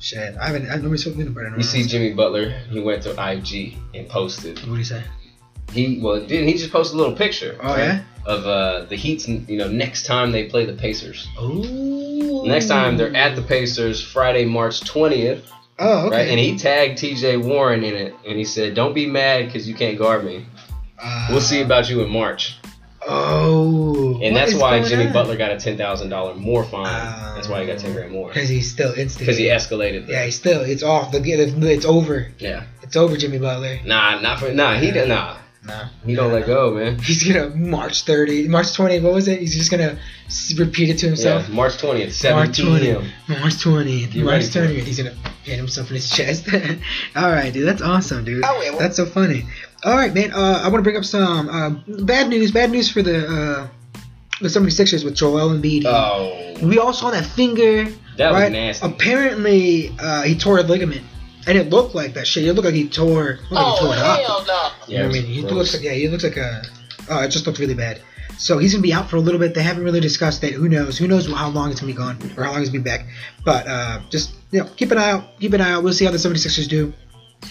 C: Shit, I haven't. I've never spoken to bird in
A: you
C: a while.
A: see Jimmy Butler, he went to IG and posted.
C: What do you say?
A: He well didn't he just posted a little picture
C: Oh yeah.
A: of uh the Heat's you know, next time they play the Pacers.
C: Ooh.
A: Next time they're at the Pacers Friday, March twentieth,
C: Oh okay.
A: right? And he tagged TJ Warren in it and he said, Don't be mad because you can't guard me.
C: Uh,
A: We'll see about you in March.
C: Oh.
A: And that's why Jimmy Butler got a ten thousand dollar more fine.
C: Ah.
A: that's why he got ten grand more.
C: Because he's still instant.
A: Because he escalated the,
C: Yeah, he's still. It's off. The it's over.
A: yeah.
C: It's over, Jimmy Butler.
A: Nah, not for nah. He did nah.
C: Nah.
A: He don't let go, man.
C: He's gonna March 30, March 20. What was it? He's just gonna s- repeat it to
A: Yeah,
C: himself.
A: March twentieth, seven
C: March 20,
A: p.m.
C: March 20,
A: You ready
C: March
A: for it.
C: 20. He's gonna hit himself in his chest. [LAUGHS] All right, dude, that's awesome, dude.
B: Oh, it-
C: That's so funny. All right, man. Uh, I want to bring up some uh, bad news. Bad news for the uh, the 76ers with Joel Embiid.
A: Oh,
C: we all saw that finger.
A: that was
C: right?
A: nasty.
C: Apparently, uh, he tore a ligament, and it looked like that shit. It looked like he tore. Looked like he
B: Oh,
C: tore it up.
B: hell no.
A: yeah, it
C: You know what
A: was
C: I mean, he
A: gross.
C: looks like yeah, he looks like a. Oh, it just looked really bad. So he's gonna be out for a little bit. They haven't really discussed that. Who knows? Who knows how long it's gonna be gone or how long he's gonna be back? But uh, just you know, keep an eye out. Keep an eye out. We'll see how the 76ers do.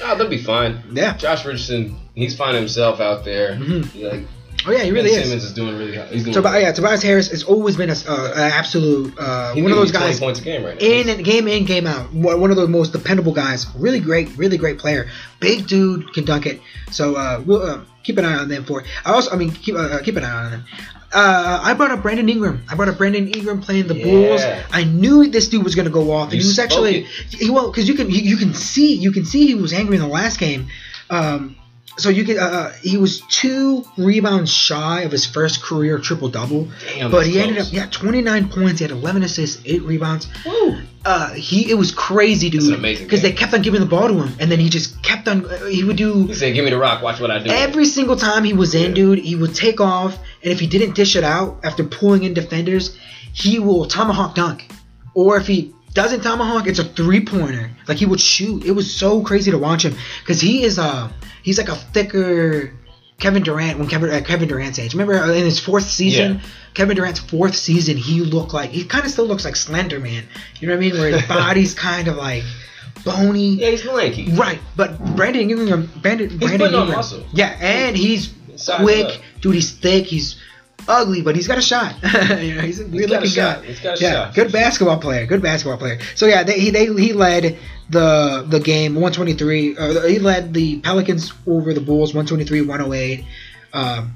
A: Ah, they'll be fine.
C: Yeah.
A: Josh Richardson, he's finding himself out there.
C: Mhm.
A: He, Like
C: Oh yeah, he
A: Ben
C: really is.
A: Simmons is doing really. He's doing.
C: Tobi- yeah, Tobias Harris has always been a, uh, an absolute uh,
A: he's
C: one
A: giving
C: of those
A: you 20
C: guys
A: points a game right now.
C: in and game in game out. One one of the most dependable guys. Really great, really great player. Big dude can dunk it. So uh, we'll uh, keep an eye on them for. I also, I mean, keep uh, uh, keep an eye on them. Uh, I brought up Brandon Ingram. I brought up Brandon Ingram playing the
A: Yeah.
C: Bulls. I knew this dude was gonna go off.
A: You
C: he was
A: spoke
C: actually
A: it.
C: he, well because you can you, you can see you can see he was angry in the last game. Um, so you can uh, uh, he was two rebounds shy of his first career triple double.
A: Damn,
C: But
A: that's
C: he ended
A: close.
C: up, yeah, 29 points. He had 11 assists, eight rebounds. Uh, he it was crazy, dude.
A: That's an amazing
C: Because they
A: game.
C: kept on giving the ball to him, and then he just kept on. uh, He would do
A: He said, "Give me the rock. Watch what I do."
C: every single time he was in, dude. He would take off, and if he didn't dish it out after pulling in defenders, he will tomahawk dunk. Or if he doesn't tomahawk, it's a three pointer. Like he would shoot. It was so crazy to watch him because he is uh he's like a thicker Kevin Durant when Kevin uh, Kevin Durant's age. Remember uh, in his fourth season.
A: Yeah.
C: Kevin Durant's fourth season, he looked like he kind of still looks like Slender Man. You know what I
A: [LAUGHS]
C: mean? Where his body's kind of like bony.
A: yeah, he's lanky.
C: Right, but Brandon Ingram, Brandon, he's Brandon
A: putting on
C: Ingram,
A: muscle.
C: yeah, and he's
A: Size
C: quick,
A: up.
C: dude. He's thick, he's ugly, but he's got a shot. [LAUGHS] you know, he's a weird
A: got a
C: looking guy.
A: shot, he's got a
C: yeah,
A: shot.
C: good basketball player, good basketball player. So yeah, they, he they he led the the game 123. Uh, he led the Pelicans over the Bulls 123-108. Um,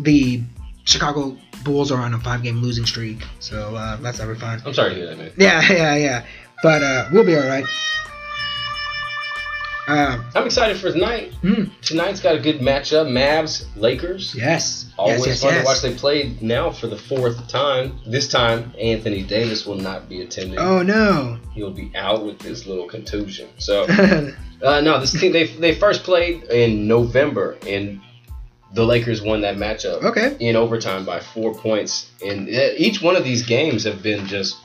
C: the Chicago Bulls are on a five game losing streak, so uh, that's never fun.
A: I'm sorry to hear that, man.
C: Yeah, [LAUGHS] yeah, yeah. But uh, we'll be all right. Um,
A: I'm excited for tonight.
C: Mm.
A: Tonight's got a good matchup: Mavs, Lakers.
C: Yes.
A: Always
C: yes, yes,
A: fun
C: yes.
A: to watch. They played now for the fourth time. This time, Anthony Davis will not be attending.
C: Oh no. [LAUGHS]
A: He'll be out with this little contusion. So. Uh, no, this team they they first played in November, and the Lakers won that matchup.
C: Okay.
A: In overtime by four points, and uh, each one of these games have been just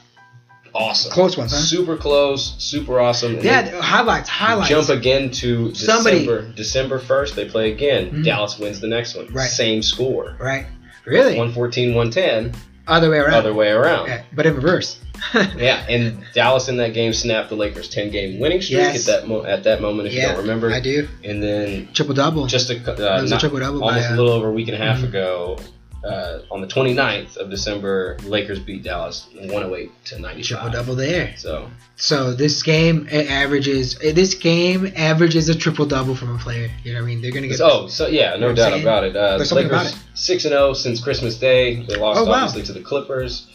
A: awesome.
C: Close ones, huh?
A: Super close, super awesome. And
C: yeah,
A: they
C: the highlights, highlights.
A: Jump again to
C: Somebody- Mm-hmm.
A: December. December first, they play again. Dallas wins the next one.
C: Right.
A: Same score.
C: Right. Really?
A: 114-110,
C: Other way around.
A: other way around.
C: Yeah, but in reverse. [LAUGHS]
A: Yeah, and Dallas in that game snapped the Lakers' ten-game winning streak
C: Yes.
A: at that mo- at that moment. If you
C: yeah.
A: don't remember,
C: I do.
A: And then
C: Triple double.
A: just a,
C: It
A: uh,
C: was a
A: not-
C: triple double by,
A: almost a
C: uh,
A: little over a week and a half ago, uh, on the 29th of December, Lakers beat Dallas 108 to 95.
C: triple double there.
A: So
C: So this game it averages. eh, This game averages a triple double from a player. You know what I mean? They're gonna get.
A: oh so yeah, no
C: I'm
A: doubt
C: saying?
A: about it. Uh,
C: There's
A: the
C: something about
A: Lakers six and zero since Christmas Day. They lost
C: Oh, wow.
A: obviously to the Clippers,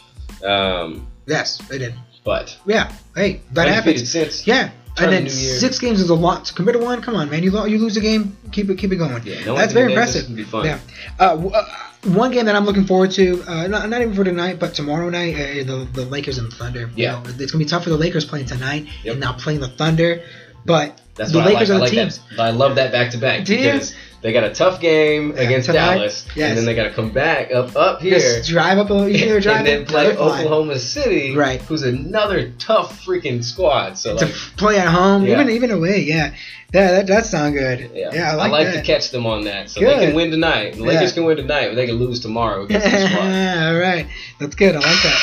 A: um,
C: Yes, they did.
A: but
C: Yeah. Hey, that
A: undefeated
C: happens.
A: since.
C: Yeah.
A: Turn
C: And
A: the
C: then
A: new year.
C: six games is a lot to commit to one. Come on, man. You lo- you lose a game, keep it keep it going.
A: Yeah, no
C: That's
A: one's
C: very
A: gonna- this
C: impressive.
A: is gonna be fun.
C: Yeah. Uh, w- uh, one game that I'm looking forward to, uh, not, not even for tonight, but tomorrow night, uh, the, the Lakers and the Thunder. You
A: Yeah.
C: know, it's going to be tough for the Lakers playing tonight
A: Yep.
C: and now playing the Thunder. But
A: That's
C: the
A: what
C: Lakers
A: I
C: are
A: like.
C: the
A: I like
C: team.
A: that. I love that back to back
C: Do you?
A: because they got a tough game
C: Yeah,
A: against
C: tonight?
A: Dallas,
C: Yes.
A: and then they got to come back up up here.
C: Just drive up a
A: [LAUGHS]
C: little here, drive
A: and then
C: up,
A: play
C: they're fine.
A: Oklahoma City,
C: Right.
A: Who's another tough freaking squad. So
C: To
A: like,
C: f- play at home,
A: Yeah.
C: even even away, yeah, yeah, that does sound good.
A: yeah,
C: Yeah, I like,
A: to
C: that.
A: catch them on that. So
C: Good.
A: they can win tonight. The Lakers
C: Yeah.
A: can win tonight, but they can lose tomorrow against
C: [LAUGHS]
A: this squad.
C: Yeah, all right. That's good. I like that.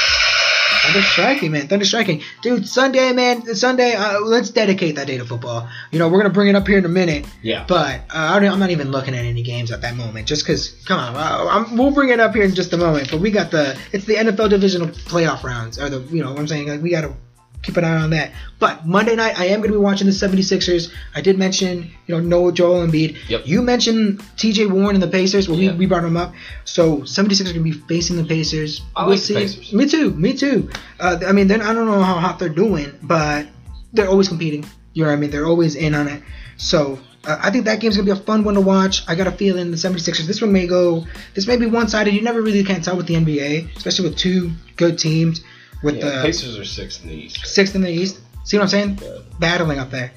C: Thunder striking, man. Thunder striking, dude. Sunday, man. Sunday. Uh, let's dedicate that day to football. You know, we're gonna bring it up here in a minute,
A: Yeah,
C: but uh, I don't, I'm not even looking at any games at that moment, just because. Come on, uh, I'm, we'll bring it up here in just a moment. But we got the it's the NFL divisional playoff rounds, or the you know what I'm saying. Like we gotta keep an eye on that. But Monday night, I am going to be watching the 76ers. I did mention, you know, Noah Joel Embiid.
A: Yep.
C: You mentioned TJ Warren and the Pacers. Well,
A: Yeah.
C: we, we brought him up. So 76ers are going to be facing the Pacers.
A: I
C: we'll
A: like the
C: see.
A: Pacers.
C: Me too. Me too. Uh, I mean, then I don't know how hot they're doing, but they're always competing. You know what I mean? They're always in on it. So uh, I think that game's gonna be a fun one to watch. I got a feeling the 76ers. This one may go. This may be one-sided. You never really can tell with the NBA, especially with two good teams. With
A: yeah.
C: the
A: Pacers are six in the East.
C: sixth in the East. See what I'm saying?
A: Yeah.
C: Battling up there.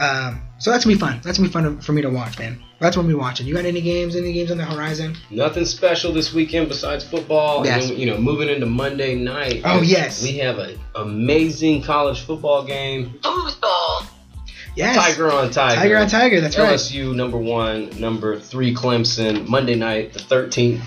C: Um, so that's gonna be fun. That's gonna be fun to- for me to watch, man. That's what we watching. You got any games? Any games on the horizon?
A: Nothing special this weekend besides football.
C: Yes.
A: And then, you know, moving into Monday night.
C: Oh, yes.
A: We have an amazing college football game.
F: Foosball.
C: Yes.
A: Tiger on Tiger.
C: Tiger on Tiger. That's right.
A: LSU number one, number three Clemson. Monday night, the thirteenth.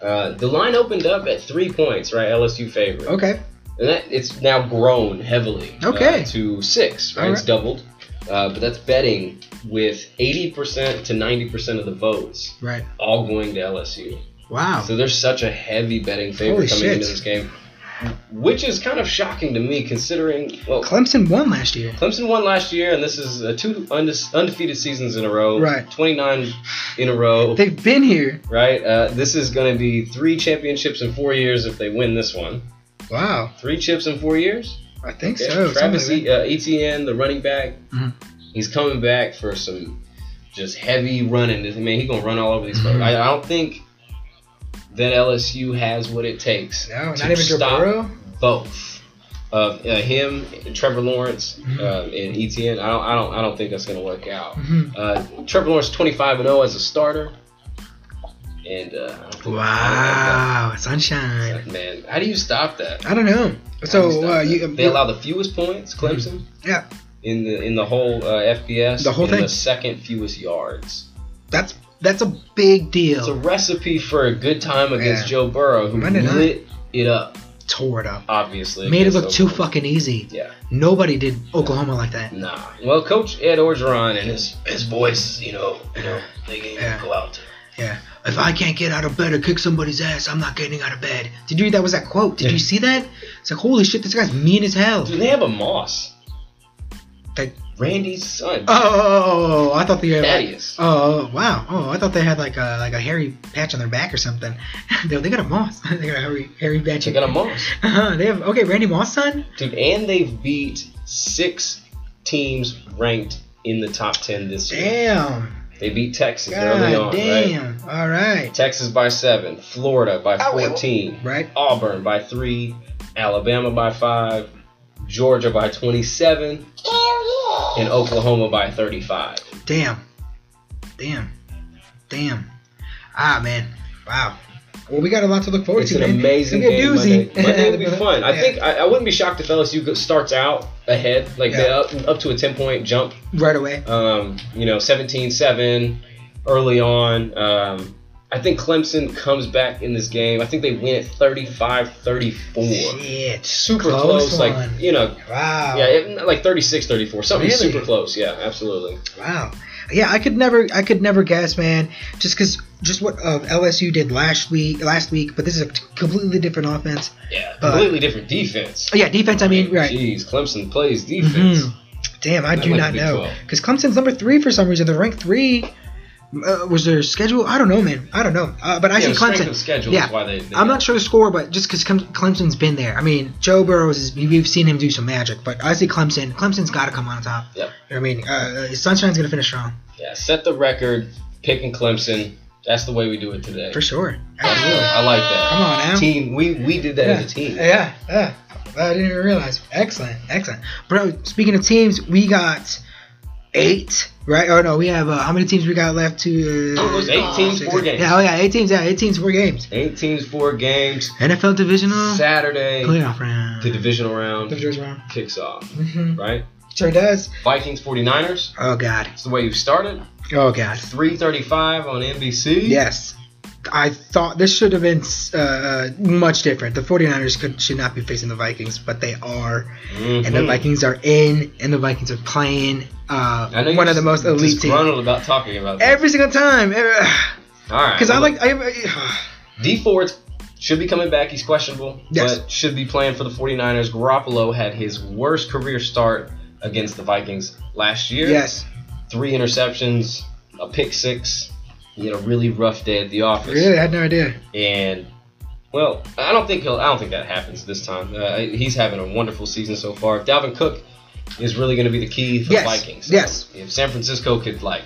A: Uh, the line opened up at three points, right? LSU favorite.
C: Okay.
A: And that it's now grown heavily. uh,
C: Okay.
A: to six, right?
C: All
A: It's
C: right.
A: doubled. Uh, but that's betting with 80% to 90% of the votes
C: Right.
A: all going to LSU.
C: Wow.
A: So there's such a heavy betting favor
C: Holy
A: coming
C: shit.
A: into this game, which is kind of shocking to me considering, well,
C: Clemson won last year.
A: Clemson won last year, and this is uh, two unde- undefeated seasons in a row.
C: Right.
A: 29 in a row.
C: They've been here.
A: right? Uh, this is going to be three championships in four years if they win this one.
C: Wow.
A: Three chips in four years?
C: I think
A: Yeah,
C: so.
A: Travis
C: Something
A: e,
C: like
A: uh, Etienne, the running back,
C: Mhm.
A: he's coming back for some just heavy running. This- Man, he's going to run all over these folks.
C: Mhm.
A: I, I don't think that LSU has what it takes
C: that. No,
A: to
C: not even Joe
A: stop
C: Burrow.
A: both of uh, him, Trevor Lawrence,
C: Mhm.
A: uh, and Etienne. I don't, I don't, I don't think that's going to work out.
C: Mhm.
A: Uh, Trevor Lawrence 25 and 0 as a starter, and uh, I don't think-
C: Wow, sunshine.
A: man, how do you stop that?
C: I don't know.
A: How do
C: So
A: stop
C: uh,
A: that?
C: you, Mm-hmm.
A: they allow the fewest points, Clemson.
C: Yeah.
A: In the in the whole uh, FBS,
C: The whole
A: and
C: thing.
A: the second fewest yards.
C: that's that's a big deal.
A: It's a recipe for a good time against
C: Oh. Yeah.
A: Joe Burrow, who
C: Monday night.
A: lit it up.
C: Tore it up.
A: Obviously,
C: Made it
A: against
C: look too
A: Oklahoma.
C: fucking easy.
A: Yeah.
C: Nobody did Oklahoma like that.
A: Nah. Well, Coach Ed Orgeron and his his voice, you know, you know, they can
C: Yeah.
A: go out.
C: Yeah. If I can't get out of bed or kick somebody's ass, I'm not getting out of bed. Did you read that? Was that quote? Did
A: Yeah.
C: you see that? It's like holy shit, this guy's mean as hell.
A: Dude, they have a Moss.
C: That-
A: Randy's son,
C: Oh, I thought they had. Like,
A: Thaddeus.
C: oh wow. Oh, I thought they had like a like a hairy patch on their back or something. [LAUGHS] they, they got a moss. [LAUGHS] they got a hairy hairy patch.
A: They got a Moss,
C: Uh-huh, they have okay, Randy Moss son.
A: dude, and they've beat six teams ranked in the top ten this year.
C: Damn.
A: They beat Texas early
C: Eh. God
A: on, right?
C: damn. All right.
A: Texas by seven, Florida by
C: Oh, wait,
A: fourteen,
C: Right.
A: Auburn by three, Alabama by five, Georgia by twenty-seven,
F: Hell yeah.
A: and Oklahoma by thirty-five.
C: Damn. Damn. Damn. Ah man. Wow. Well, we got a lot to look forward
A: It's
C: to.
A: an
C: man.
A: amazing
C: It's
A: game.
C: gonna be a
A: Monday.
C: doozy.
A: Monday
C: [LAUGHS]
A: will be fun. I
C: Yeah.
A: think I, I wouldn't be shocked if LSU go- starts out ahead, like
C: Yeah.
A: they up, up to a ten point jump.
C: right away.
A: Um, you know, 17-7 early on. Um, I think Clemson comes back in this game. I think they win it 35-34.
C: Shit.
A: Super close, like
C: one.
A: you know,
C: wow.
A: yeah, it, like 36-34, something
C: Really?
A: super close. Yeah, absolutely.
C: Wow. Yeah, I could never, I could never guess, man. Just because, just what uh, LSU did last week, last week. But this is a t- completely different offense.
A: Yeah,
C: Uh,
A: completely different defense.
C: Oh, yeah, defense. I mean, right.
A: Jeez, Clemson plays defense.
C: Mhm. Damn, I
A: Not
C: do
A: like
C: not
A: Big
C: know.
A: 12.
C: Because Clemson's number three for some reason. They're ranked three. Uh, was their schedule? I don't know, man. I don't know. Uh, but I
A: Yeah,
C: see
A: the strength of
C: Clemson.
A: schedule
C: Yeah.
A: is why they. they
C: I'm not sure the score, but just because Clemson's been there. I mean, Joe Burrows, is, we've seen him do some magic, but I see Clemson. Clemson's got to come on top.
A: Yep.
C: You know what I mean? Uh, Sunshine's going to finish strong,
A: Yeah, set the record, picking Clemson. That's the way we do it today.
C: for sure.
A: Absolutely. I like that.
C: Come on, Al.
A: Team, we we did that
C: yeah.
A: as a team.
C: Yeah, yeah. I didn't even realize. Excellent, excellent, bro. Speaking of teams, we got eight, right? Oh no, we have uh, how many teams we got left to? Uh,
A: Oh, it was eight teams,
C: six,
A: four
C: eight-
A: games.
C: Yeah, oh yeah, eight teams. Yeah, eight teams, four games.
A: Eight teams, four games.
C: NFL divisional
A: Saturday,
C: playoff round.
A: the divisional round
C: division Uh, round.
A: kicks off.
C: Mm-hmm.
A: Right?
C: Sure does.
A: Vikings 49ers.
C: Oh god.
A: It's the way you started.
C: Oh god.
A: 335 on NBC.
C: Yes. I thought this should have been uh, much different. The 49ers could, should not be facing the Vikings, but they are.
A: Mhm.
C: and the Vikings are in, and the Vikings are playing uh,
A: I know
C: one
A: you're
C: of the most elite teams.
A: disgruntled about talking about that.
C: Every single time, [SIGHS]
A: All right.
C: because I [SIGHS]
A: well,
C: like I,
A: D Ford should be coming back. He's questionable,
C: Yes.
A: but should be playing for the 49ers. Garoppolo had his worst career start against the Vikings last year.
C: yes,
A: Three interceptions, a pick six. He had a really rough day at the office.
C: really, I had no idea.
A: And well, I don't think he'll. I don't think that happens this time. Uh, he's having a wonderful season so far. Dalvin Cook is really going to be the key for
C: Yes,
A: the Vikings.
C: yes.
A: If San Francisco could like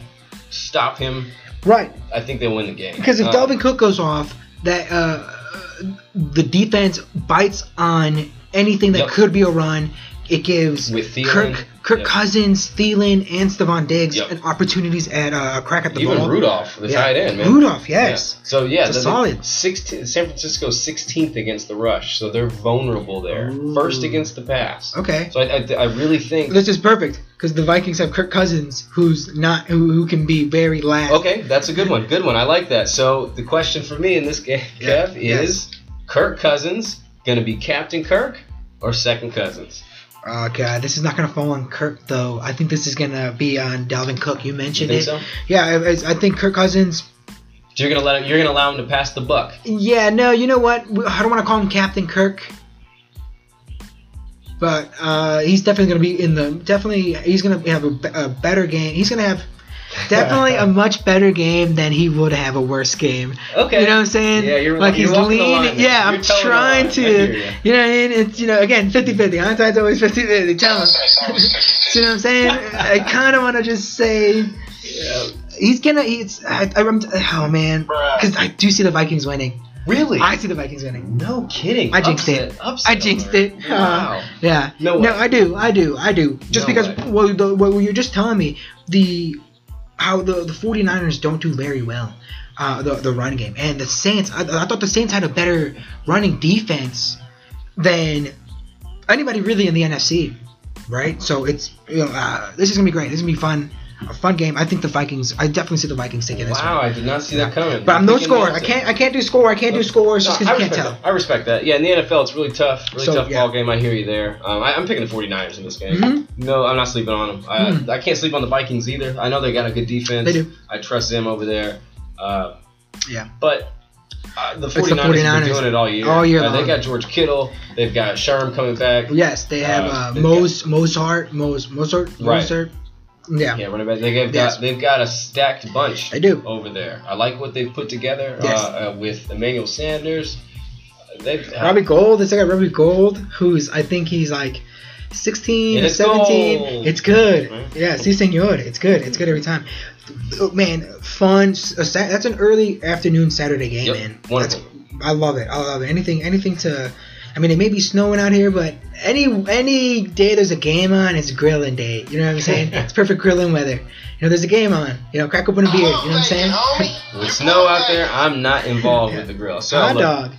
A: stop him,
C: Right,
A: I think they'll win the game.
C: because if
A: Uh,
C: Dalvin Cook goes off, that uh, the defense bites on anything that
A: Yep.
C: could be a run. It gives
A: With Thielen,
C: Kirk, Kirk
A: yeah.
C: Cousins, Thielen, and Stephon Diggs
A: Yep.
C: and opportunities at uh, a crack at the
A: Even
C: ball.
A: Rudolph, the
C: Yeah.
A: tight end, man.
C: Rudolph, yes.
A: Yeah. So yeah,
C: It's a
A: the-
C: solid.
A: 16 San Francisco's 16th against the rush, so they're vulnerable there.
C: Ooh.
A: First against the pass.
C: Okay.
A: So I, I, I really think.
C: This is perfect because the Vikings have Kirk Cousins, who's not who, who can be very last.
A: Okay, that's a good one. Good one. I like that. So the question for me in this game,
C: Yeah.
A: Kev, is Kirk Cousins gonna be Captain Kirk or second cousins?
C: Oh god, this is not gonna fall on Kirk though. I think this is gonna be on Dalvin Cook. You mentioned
A: think
C: it.
A: so?
C: Yeah, I, I- I think Kirk Cousins.
A: So you're gonna let him, you're gonna allow him to pass the buck.
C: Yeah, no, you know what? We- I don't want to call him Captain Kirk, but uh, he's definitely gonna be in the definitely. He's gonna have a, be- a better game. He's gonna have
A: [LAUGHS]
C: definitely a much better game than he would have a worse game.
A: Okay.
C: You know what I'm saying?
A: Yeah, you're-
C: like
A: you're
C: he's
A: walking
C: lean.
A: the line there.
C: yeah,
A: You're
C: I'm
A: telling the line.
C: trying
A: I
C: to.
A: hear ya.
C: You know what I mean? It's you know again 50-50. Hindsight's always 50-50. Tell him. See
A: [LAUGHS]
B: It's
C: what I'm saying? I kind of want to just say
A: Yeah.
C: he's gonna. He's. I, I rem- oh man, because I do see the Vikings winning.
A: Really?
C: I see the Vikings winning.
A: no kidding.
C: I jinxed
A: Upset-
C: it.
A: upset
C: I jinxed
A: alert.
C: it.
A: Wow.
C: [LAUGHS] Uh, yeah.
A: No way.
C: No, I do. I do. I do. Just
A: No
C: because
A: way.
C: what, the, what you're just telling me the how the the 49ers don't do very well. Uh, the the run game and the Saints. I, I thought the Saints had a better running defense than anybody really in the NFC, right? So it's you know, uh, this is gonna be great. This is gonna be fun, a fun game. I think the Vikings. I definitely see the Vikings taking this
A: Wow,
C: one.
A: I did not see that coming.
C: But I'm no
A: Thinking
C: scorer. I
A: Madison.
C: can't. I can't do score. I can't do scores just
A: No,
C: 'cause
A: I
C: you can't
A: respect
C: tell.
A: That. I respect that. Yeah, in the NFL, it's really tough, really
C: So,
A: tough
C: yeah.
A: ball game. I hear you there. Um, I, I'm picking the 49ers in this game.
C: Mhm.
A: No, I'm not sleeping on them. I,
C: Mm.
A: I can't sleep on the Vikings either. I know they got a good defense.
C: They do.
A: I trust them over there. Uh,
C: Yeah.
A: But uh, the 49ers,
C: the
A: have
C: 49ers.
A: been doing it all year.
C: All year
A: Uh, they
C: long.
A: got George Kittle. They've got Sherm coming back.
C: Yes, they have
A: Uh,
C: uh,
A: they've
C: Mos Mozart, Mos Mozart,
A: Right.
C: Mozart. Yeah.
A: Yeah, running back. They've got
C: Yes.
A: they've got a stacked bunch.
C: They do.
A: over there. I like what they've put together
C: Yes.
A: uh, uh, with Emmanuel Sanders. Uh, They've uh,
C: Robbie Gold. They got Robbie Gold, who's I think he's like 16 or
A: It's
C: 17.
A: gold.
C: It's good.
A: Right.
C: Yeah, si senor. It's good. It's good every time. Oh, man, fun. s- a Sat- That's an early afternoon Saturday game,
A: Yep.
C: man. That's,
A: Wonderful.
C: I love it. I love it. Anything, anything to. I mean, it may be snowing out here, but any any day there's a game on, it's grilling day. You know what
A: [LAUGHS]
C: I'm saying? it's perfect grilling weather. You know, there's a game on. You know, crack open a beer. You know what I'm saying?
A: With snow out there, I'm not involved with the grill. So
C: hot
A: look,
C: dog.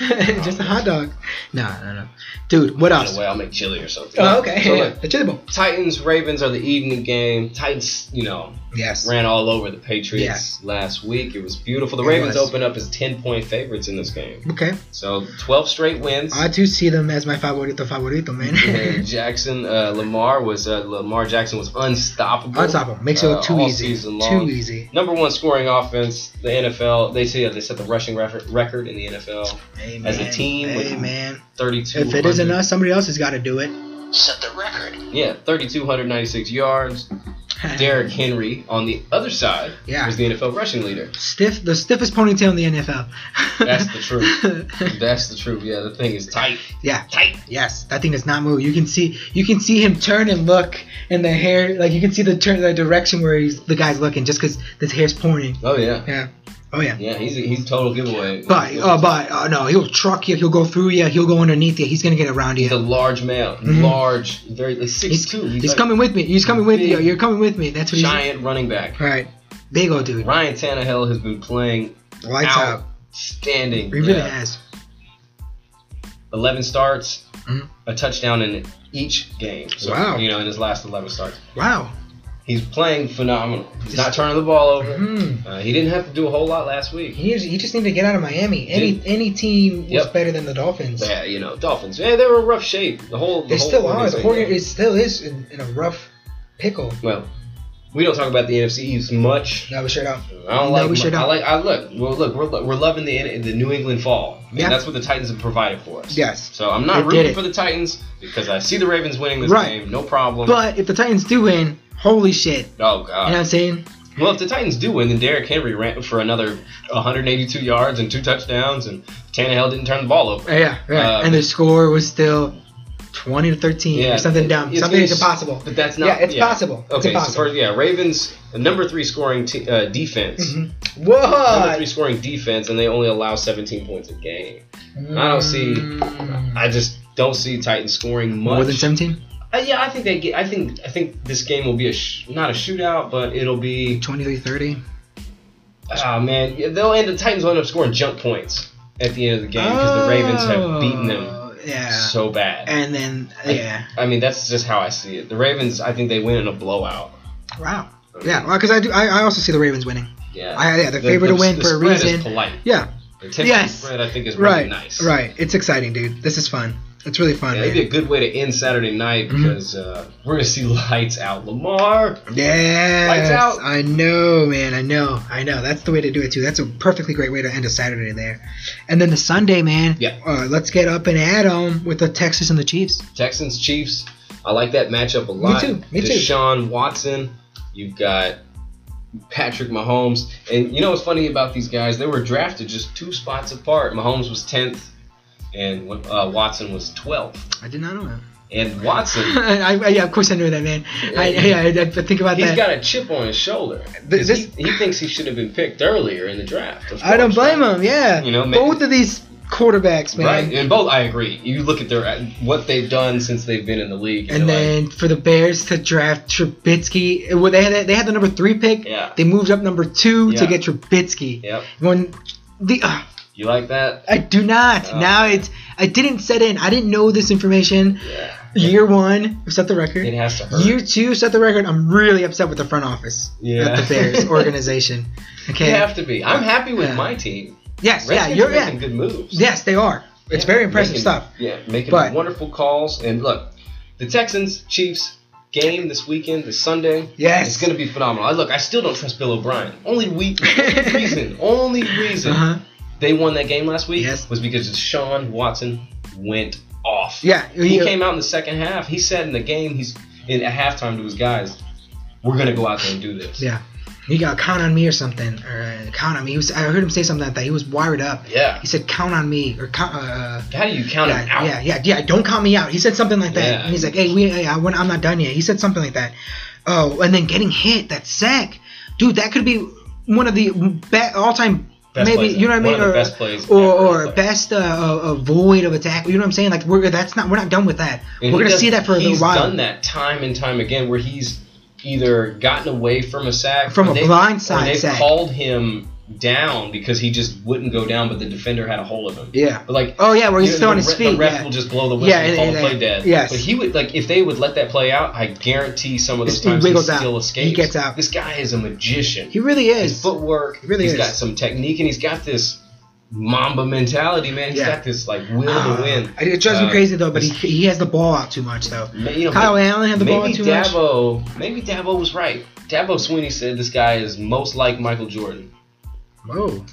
C: [LAUGHS] Just a hot dog. No, no, no. Dude, what
A: in a
C: else?
A: way, I'll make chili or something.
C: Oh, okay.
A: So
C: yeah,
A: look,
C: The chili bowl.
A: Titans Ravens are the evening game. Titans, you know,
C: Yes.
A: ran all over the Patriots last week. It was beautiful. The
C: It
A: Ravens
C: was.
A: opened up as 10 point favorites in this game.
C: Okay.
A: So 12 straight wins.
C: I too see them as my favorito
A: [LAUGHS]
C: favorito,
A: And
C: man. [LAUGHS]
A: Jackson uh, Lamar was uh, Lamar Jackson was unstoppable.
C: Unstoppable. Makes
A: Uh,
C: it look too
A: all
C: easy.
A: season long.
C: Too easy.
A: Number one scoring offense, the NFL. They say uh, they set the rushing refer- record in the NFL,
C: Hey,
A: As a
C: man.
A: team with-
C: Hey, man.
A: thirty-two.
C: If it isn't us, somebody else has got to [LAUGHS] do it.
B: Set the record.
A: yeah, thirty-two hundred ninety-six yards. Derrick Henry on the other side
C: Yeah.
A: was the NFL rushing leader.
C: Stiff, the stiffest ponytail in the [LAUGHS] NFL.
A: That's the
C: [LAUGHS]
A: truth. That's the truth. Yeah, the thing is tight.
C: Yeah. Yes, that thing does not move. You can see you can see him turn and look, and the hair like you can see the turn the direction where he's the guy's looking just because this hair's pointing.
A: Oh yeah.
C: Yeah. Oh yeah.
A: Yeah, he's a, he's a total giveaway.
C: But
A: He's a-
C: oh, but oh no, he'll truck you. He'll go through you. He'll go underneath you. He's gonna get around
A: he's a
C: you.
A: large male, large, very like six
C: Mm-hmm. He's,
A: two.
C: he's, coming with me. He's coming with you.
A: big,
C: You're coming with me. That's what
A: Giant running back.
C: he's. Right. Big old dude.
A: Ryan Tannehill has been playing
C: Lights out.
A: outstanding.
C: He really
A: Yeah.
C: has.
A: 11 starts,
C: Mhm.
A: a touchdown in each game. So,
C: Wow.
A: You know, in his last 11 starts.
C: Wow.
A: He's playing phenomenal. He's not
C: Just-
A: turning the ball over.
C: Mm.
A: Uh, he didn't have to do a whole lot last week.
C: He, just, he just needed to get out of Miami. Any any team was
A: Yep.
C: better than the Dolphins.
A: Yeah, you know, Dolphins. Yeah, they were in rough shape. The whole. The
C: They
A: whole
C: still are. The
A: organization.
C: organ- it still is in, in a rough pickle.
A: Well, we don't talk about the NFC East much.
C: No, we sure don't.
A: I don't
C: No,
A: like.
C: we
A: mu-
C: should
A: I
C: not.
A: like. I look. Well, look. We're, lo- we're loving the N- the New England fall. And
C: Yeah.
A: That's what the Titans have provided for us.
C: Yes.
A: So I'm not
C: They did
A: rooting
C: it.
A: for the Titans because I see the Ravens winning this
C: Right.
A: game. No problem.
C: But if the Titans do win, holy shit.
A: oh god.
C: You know what I'm saying?
A: Well, if the Titans do win, then Derrick Henry ran for another 182 yards and two touchdowns, and Tannehill didn't turn the ball over.
C: Yeah, yeah.
A: Uh,
C: and the score was still 20 to 13 or something
A: it-
C: dumb.
A: it's
C: Something
A: gonna-
C: is impossible.
A: But that's not.
C: Yeah, it's possible. It's
A: Okay, so
C: impossible.
A: for, yeah, Ravens the number three scoring te- uh, defense,
C: Mm-hmm.
A: number three
C: What?
A: scoring defense, and they only allow 17 points a
C: Mm.
A: game. I don't see. I just don't see Titans scoring much.
C: More than 17?
A: Uh, yeah, I think they. ge- I think. I think this game will be a sh- not a shootout, but it'll be.
C: 23-30.
A: Ah man, yeah, they'll end. The Titans will end up scoring jump points at the end of the game because the Ravens have beaten them
C: Oh, Yeah.
A: so bad.
C: and then
A: I-
C: yeah.
A: I mean, that's just how I see it. The Ravens, I think they win in a blowout.
C: Wow. Yeah, because I do. I, I also see the Ravens winning.
A: Yeah.
C: I- yeah, they're favored to win
A: the
C: for a
A: spread is
C: reason.
A: polite.
C: Yeah.
A: The Texans
C: Yes.
A: spread, I think, is really
C: Right.
A: nice.
C: Right. It's exciting, dude. This is fun. It's really fun.
A: Yeah,
C: man.
A: That'd be a good way to end Saturday night
C: Mm-hmm.
A: because uh, we're gonna see [LAUGHS] lights out, Lamar.
C: Yes,
A: out.
C: I know, man. I know. I know. That's the way to do it too. That's a perfectly great way to end a Saturday there. And then the Sunday, man.
A: Yeah.
C: Uh, let's get up and at 'em with the Texas and the Chiefs.
A: Texans Chiefs. I like that matchup a lot.
C: too, me too.
A: Deshaun Watson. You've got Patrick Mahomes, and you know what's funny about these guys? They were drafted just two spots apart. Mahomes was tenth, and uh, Watson was twelfth.
C: I did not know that.
A: And Watson.
C: [LAUGHS] I, I, yeah, of course I knew that, man. I, yeah, I, I think about
A: He's
C: that.
A: got a chip on his shoulder.
C: Th- this-
A: he, he thinks he should have been picked earlier in the draft. of
C: I don't
A: course,
C: blame
A: right?
C: him. Yeah.
A: You know, man-
C: both of these quarterbacks, man.
A: Right, and both I agree. You look at their what they've done since they've been in the league, and,
C: And
A: you're like,
C: then for the Bears to draft Trubisky, well, they had they had the number three pick.
A: Yeah.
C: They moved up number two
A: Yeah.
C: to get Trubisky.
A: yep,
C: When the uh,
A: you like that?
C: I do not.
A: Oh.
C: now it's I didn't set in. I didn't know this information.
A: Yeah,
C: Year one set the record.
A: it has to hurt.
C: Year two set the record. I'm really upset with the front office.
A: Yeah.
C: Of
A: [LAUGHS]
C: the Bears organization.
A: you
C: Okay.
A: have to be. I'm happy with
C: Yeah.
A: my team.
C: yes.
A: Redskins
C: yeah. You're
A: are making
C: yeah.
A: good moves.
C: Yes, they are. It's
A: Yeah,
C: very impressive
A: making-
C: stuff.
A: Yeah, making
C: But-
A: wonderful calls. And look, the Texans Chiefs game this weekend, this Sunday.
C: Yes.
A: it's gonna be phenomenal. I look, I still don't trust Bill O'Brien. Only we only reason,
C: [LAUGHS]
A: only reason
C: Uh-huh.
A: they won that game last week
C: Yes.
A: was because Deshaun Watson went off.
C: Yeah. uh,
A: he
C: you-
A: came out in the second half. He said in the game, he's in at halftime to his guys, "We're gonna go out there and do this."
C: Yeah. He got count on me or something, or uh, count on me. He was, I heard him say something like that. He was wired up.
A: Yeah.
C: He said, "Count on me," or count. Uh,
A: How do you count him
C: yeah,
A: out?
C: yeah, yeah, yeah. Don't count me out. He said something like that.
A: Yeah.
C: And he's like, "Hey, we, hey, I, when, I'm not done yet." He said something like that. Oh, and then getting hit. That sack, dude. That could be one of the be- all-time.
A: Best
C: maybe
A: plays,
C: you know what I
A: one
C: mean,
A: of the
C: or
A: best plays
C: or,
A: ever,
C: or
A: like-
C: best uh, uh, uh, void of attack. You know what I'm saying? Like we're that's not we're not done with that.
A: And
C: we're
A: he
C: gonna
A: does-
C: see that for a little
A: he's
C: while.
A: done that time and time again, where he's either gotten away from a sack,
C: From
A: or
C: a
A: they've-
C: blindside
A: or they've
C: sack.
A: called him down because he just wouldn't go down, but the defender had a hold of him.
C: Yeah.
A: But like,
C: Oh yeah, where he's
A: you know,
C: still on
A: the
C: his
A: re-
C: feet.
A: The ref
C: yeah.
A: will just blow the whistle
C: Yeah,
A: and
C: and-
A: call
C: and-
A: the play
C: and-
A: dead.
C: yes.
A: But he would like if they would let that play out, I guarantee some of those
C: He
A: times he,
C: wiggles out.
A: still
C: He
A: escapes.
C: gets out.
A: This guy is a magician.
C: He really
A: his
C: is.
A: footwork.
C: He really
A: has
C: is.
A: got some technique, and he's got this Mamba mentality, man. He's
C: Yeah.
A: got this like will
C: Ah,
A: to win.
C: I- It drives
A: Uh,
C: me crazy though, but he,
A: this-
C: he has the ball out too much though.
A: ma- you know,
C: Kyle
A: ma-
C: Allen had the ball
A: maybe
C: out too much.
A: Dabo, maybe Dabo was right. Dabo Sweeney said this guy is most like Michael Jordan,
C: Whoa,